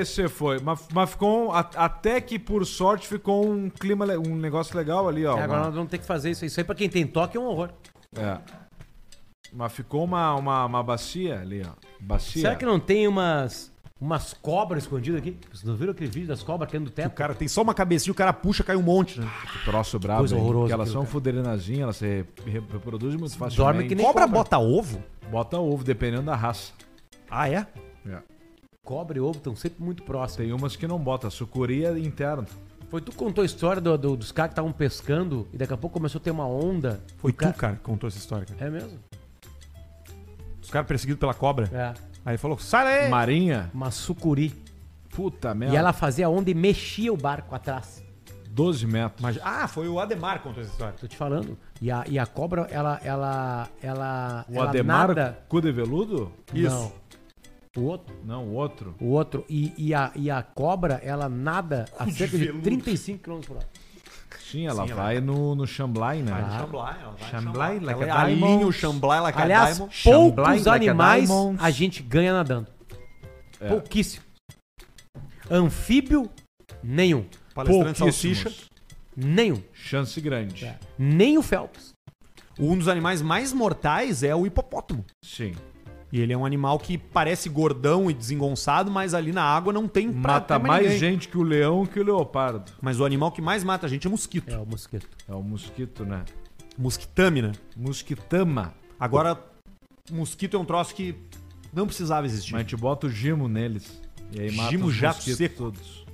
Esse foi. Mas, mas ficou. um- a- até que por sorte ficou um clima, le- um negócio legal ali, ó. É, agora uma- nós vamos ter que fazer isso aí. Isso aí pra quem tem toque é um horror. É. Mas ficou uma, uma, uma bacia ali, ó. Bacia. é. Será que não tem umas, umas cobras escondidas aqui? Vocês não viram aquele vídeo das cobras caindo do O teto? cara tem só uma cabecinha, o cara puxa, cai um monte, né? Troço brabo. Coisa hein? horrorosa Porque elas aquilo, são cara. fuderinazinhas, elas se re- reproduzem muito facilmente. Dorme que nem Cobra cobra. bota ovo? Bota ovo, dependendo da raça. Ah, é? Cobra e ovo estão sempre muito próximos. Tem umas que não bota. Sucuri é interno. Foi tu que contou a história do- do- dos caras que estavam pescando e daqui a pouco começou a ter uma onda. Foi O ca- tu, cara, que contou essa história, cara. É mesmo? Os caras perseguidos pela cobra. É. Aí falou, sai daí! Marinha? Uma sucuri. Puta É. merda. E ela fazia a onda e mexia o barco atrás. 12 metros. Mas- Ah, foi o Ademar que contou essa história. Tô te falando. E a, e a cobra, ela. ela, ela O ela Ademar, nada- cu de veludo? Isso. Não. O outro. Não, o outro. O outro. E, e a, e a cobra, ela nada a de cerca de, veludo. 35 km por hora. Sim, ela vai no, no Chamblay, né? Ah. Chamblay, ela vai Chamblay, Chamblay. like a Ela alinha diamond. o Chamblay, ela cai Aliás, diamond. poucos Chamblay, like a animais diamond. a gente ganha nadando. É. Pouquíssimo. Anfíbio, nenhum. Palestrante Pouquíssimos. salsicha. Nenhum. Chance grande. É. Nem o Phelps. Um dos animais mais mortais é o hipopótamo. Sim. E ele é um animal que parece gordão e desengonçado, mas ali na água não tem pra- Mata tem pra mais ninguém. gente que o leão que o leopardo. Mas o animal que mais mata a gente é mosquito. É o mosquito. É o mosquito, né? Mosquitâmina. Mosquitama. Agora, mosquito é um troço que não precisava existir. Mas a gente bota o gimo neles. E aí mata Gimo os jato mosquitos seco. todos.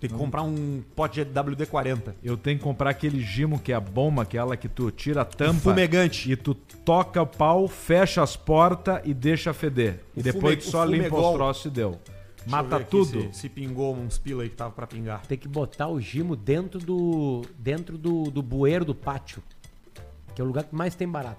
tem que comprar um pote de WD-40. Eu tenho que comprar aquele gimo que é a bomba, aquela que tu tira a tampa. Fumegante. E tu toca o pau, fecha as portas e deixa feder. E O depois fume- tu só o limpa os fumegol. troços e deu. Deixa eu ver Mata aqui tudo. Se, se pingou uns pila aí que tava pra pingar. Tem que botar o gimo dentro do dentro do, do bueiro do pátio. Que é o lugar que mais tem barata.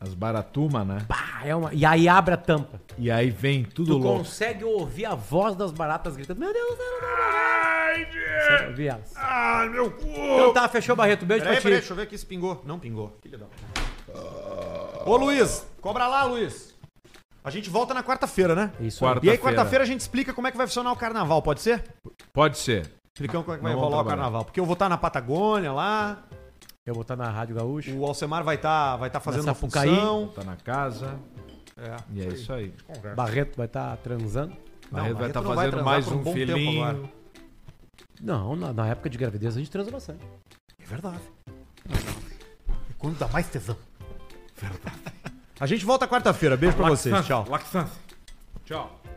As baratumas, né? Pá, é uma... E aí abre a tampa. E aí vem tudo Tu louco. consegue ouvir a voz das baratas gritando: Meu Deus, meu Deus, meu Deus. Consegue ouvir elas. Ah, meu cu! Então tá, fechou o Barreto. Beijo Peraí, pra ti. peraí, deixa eu ver aqui se pingou. Não pingou. Filha da... Ô, Luiz, cobra lá, Luiz. A gente volta na quarta-feira, né? Isso aí. Quarta E aí, quarta-feira, a gente explica como é que vai funcionar o carnaval, pode ser? Pode ser. Explicamos como é que Não vai vamos rolar o trabalhar. carnaval. Porque eu vou estar na Patagônia lá, Eu vou botar na Rádio Gaúcha. o Alcemar vai estar vai tá fazendo uma Sapucaí. função. Tá na casa. e é isso aí. Barreto vai estar transando. Aí ele vai Barreto estar não vai fazendo transar mais por um um, bom tempo filhinho. agora. Não, na, na época de gravidez a gente transa bastante. É verdade. E Quando dá mais tesão. Verdade. A gente volta quarta-feira. Beijo pra vocês. Tchau. Laxante. Tchau.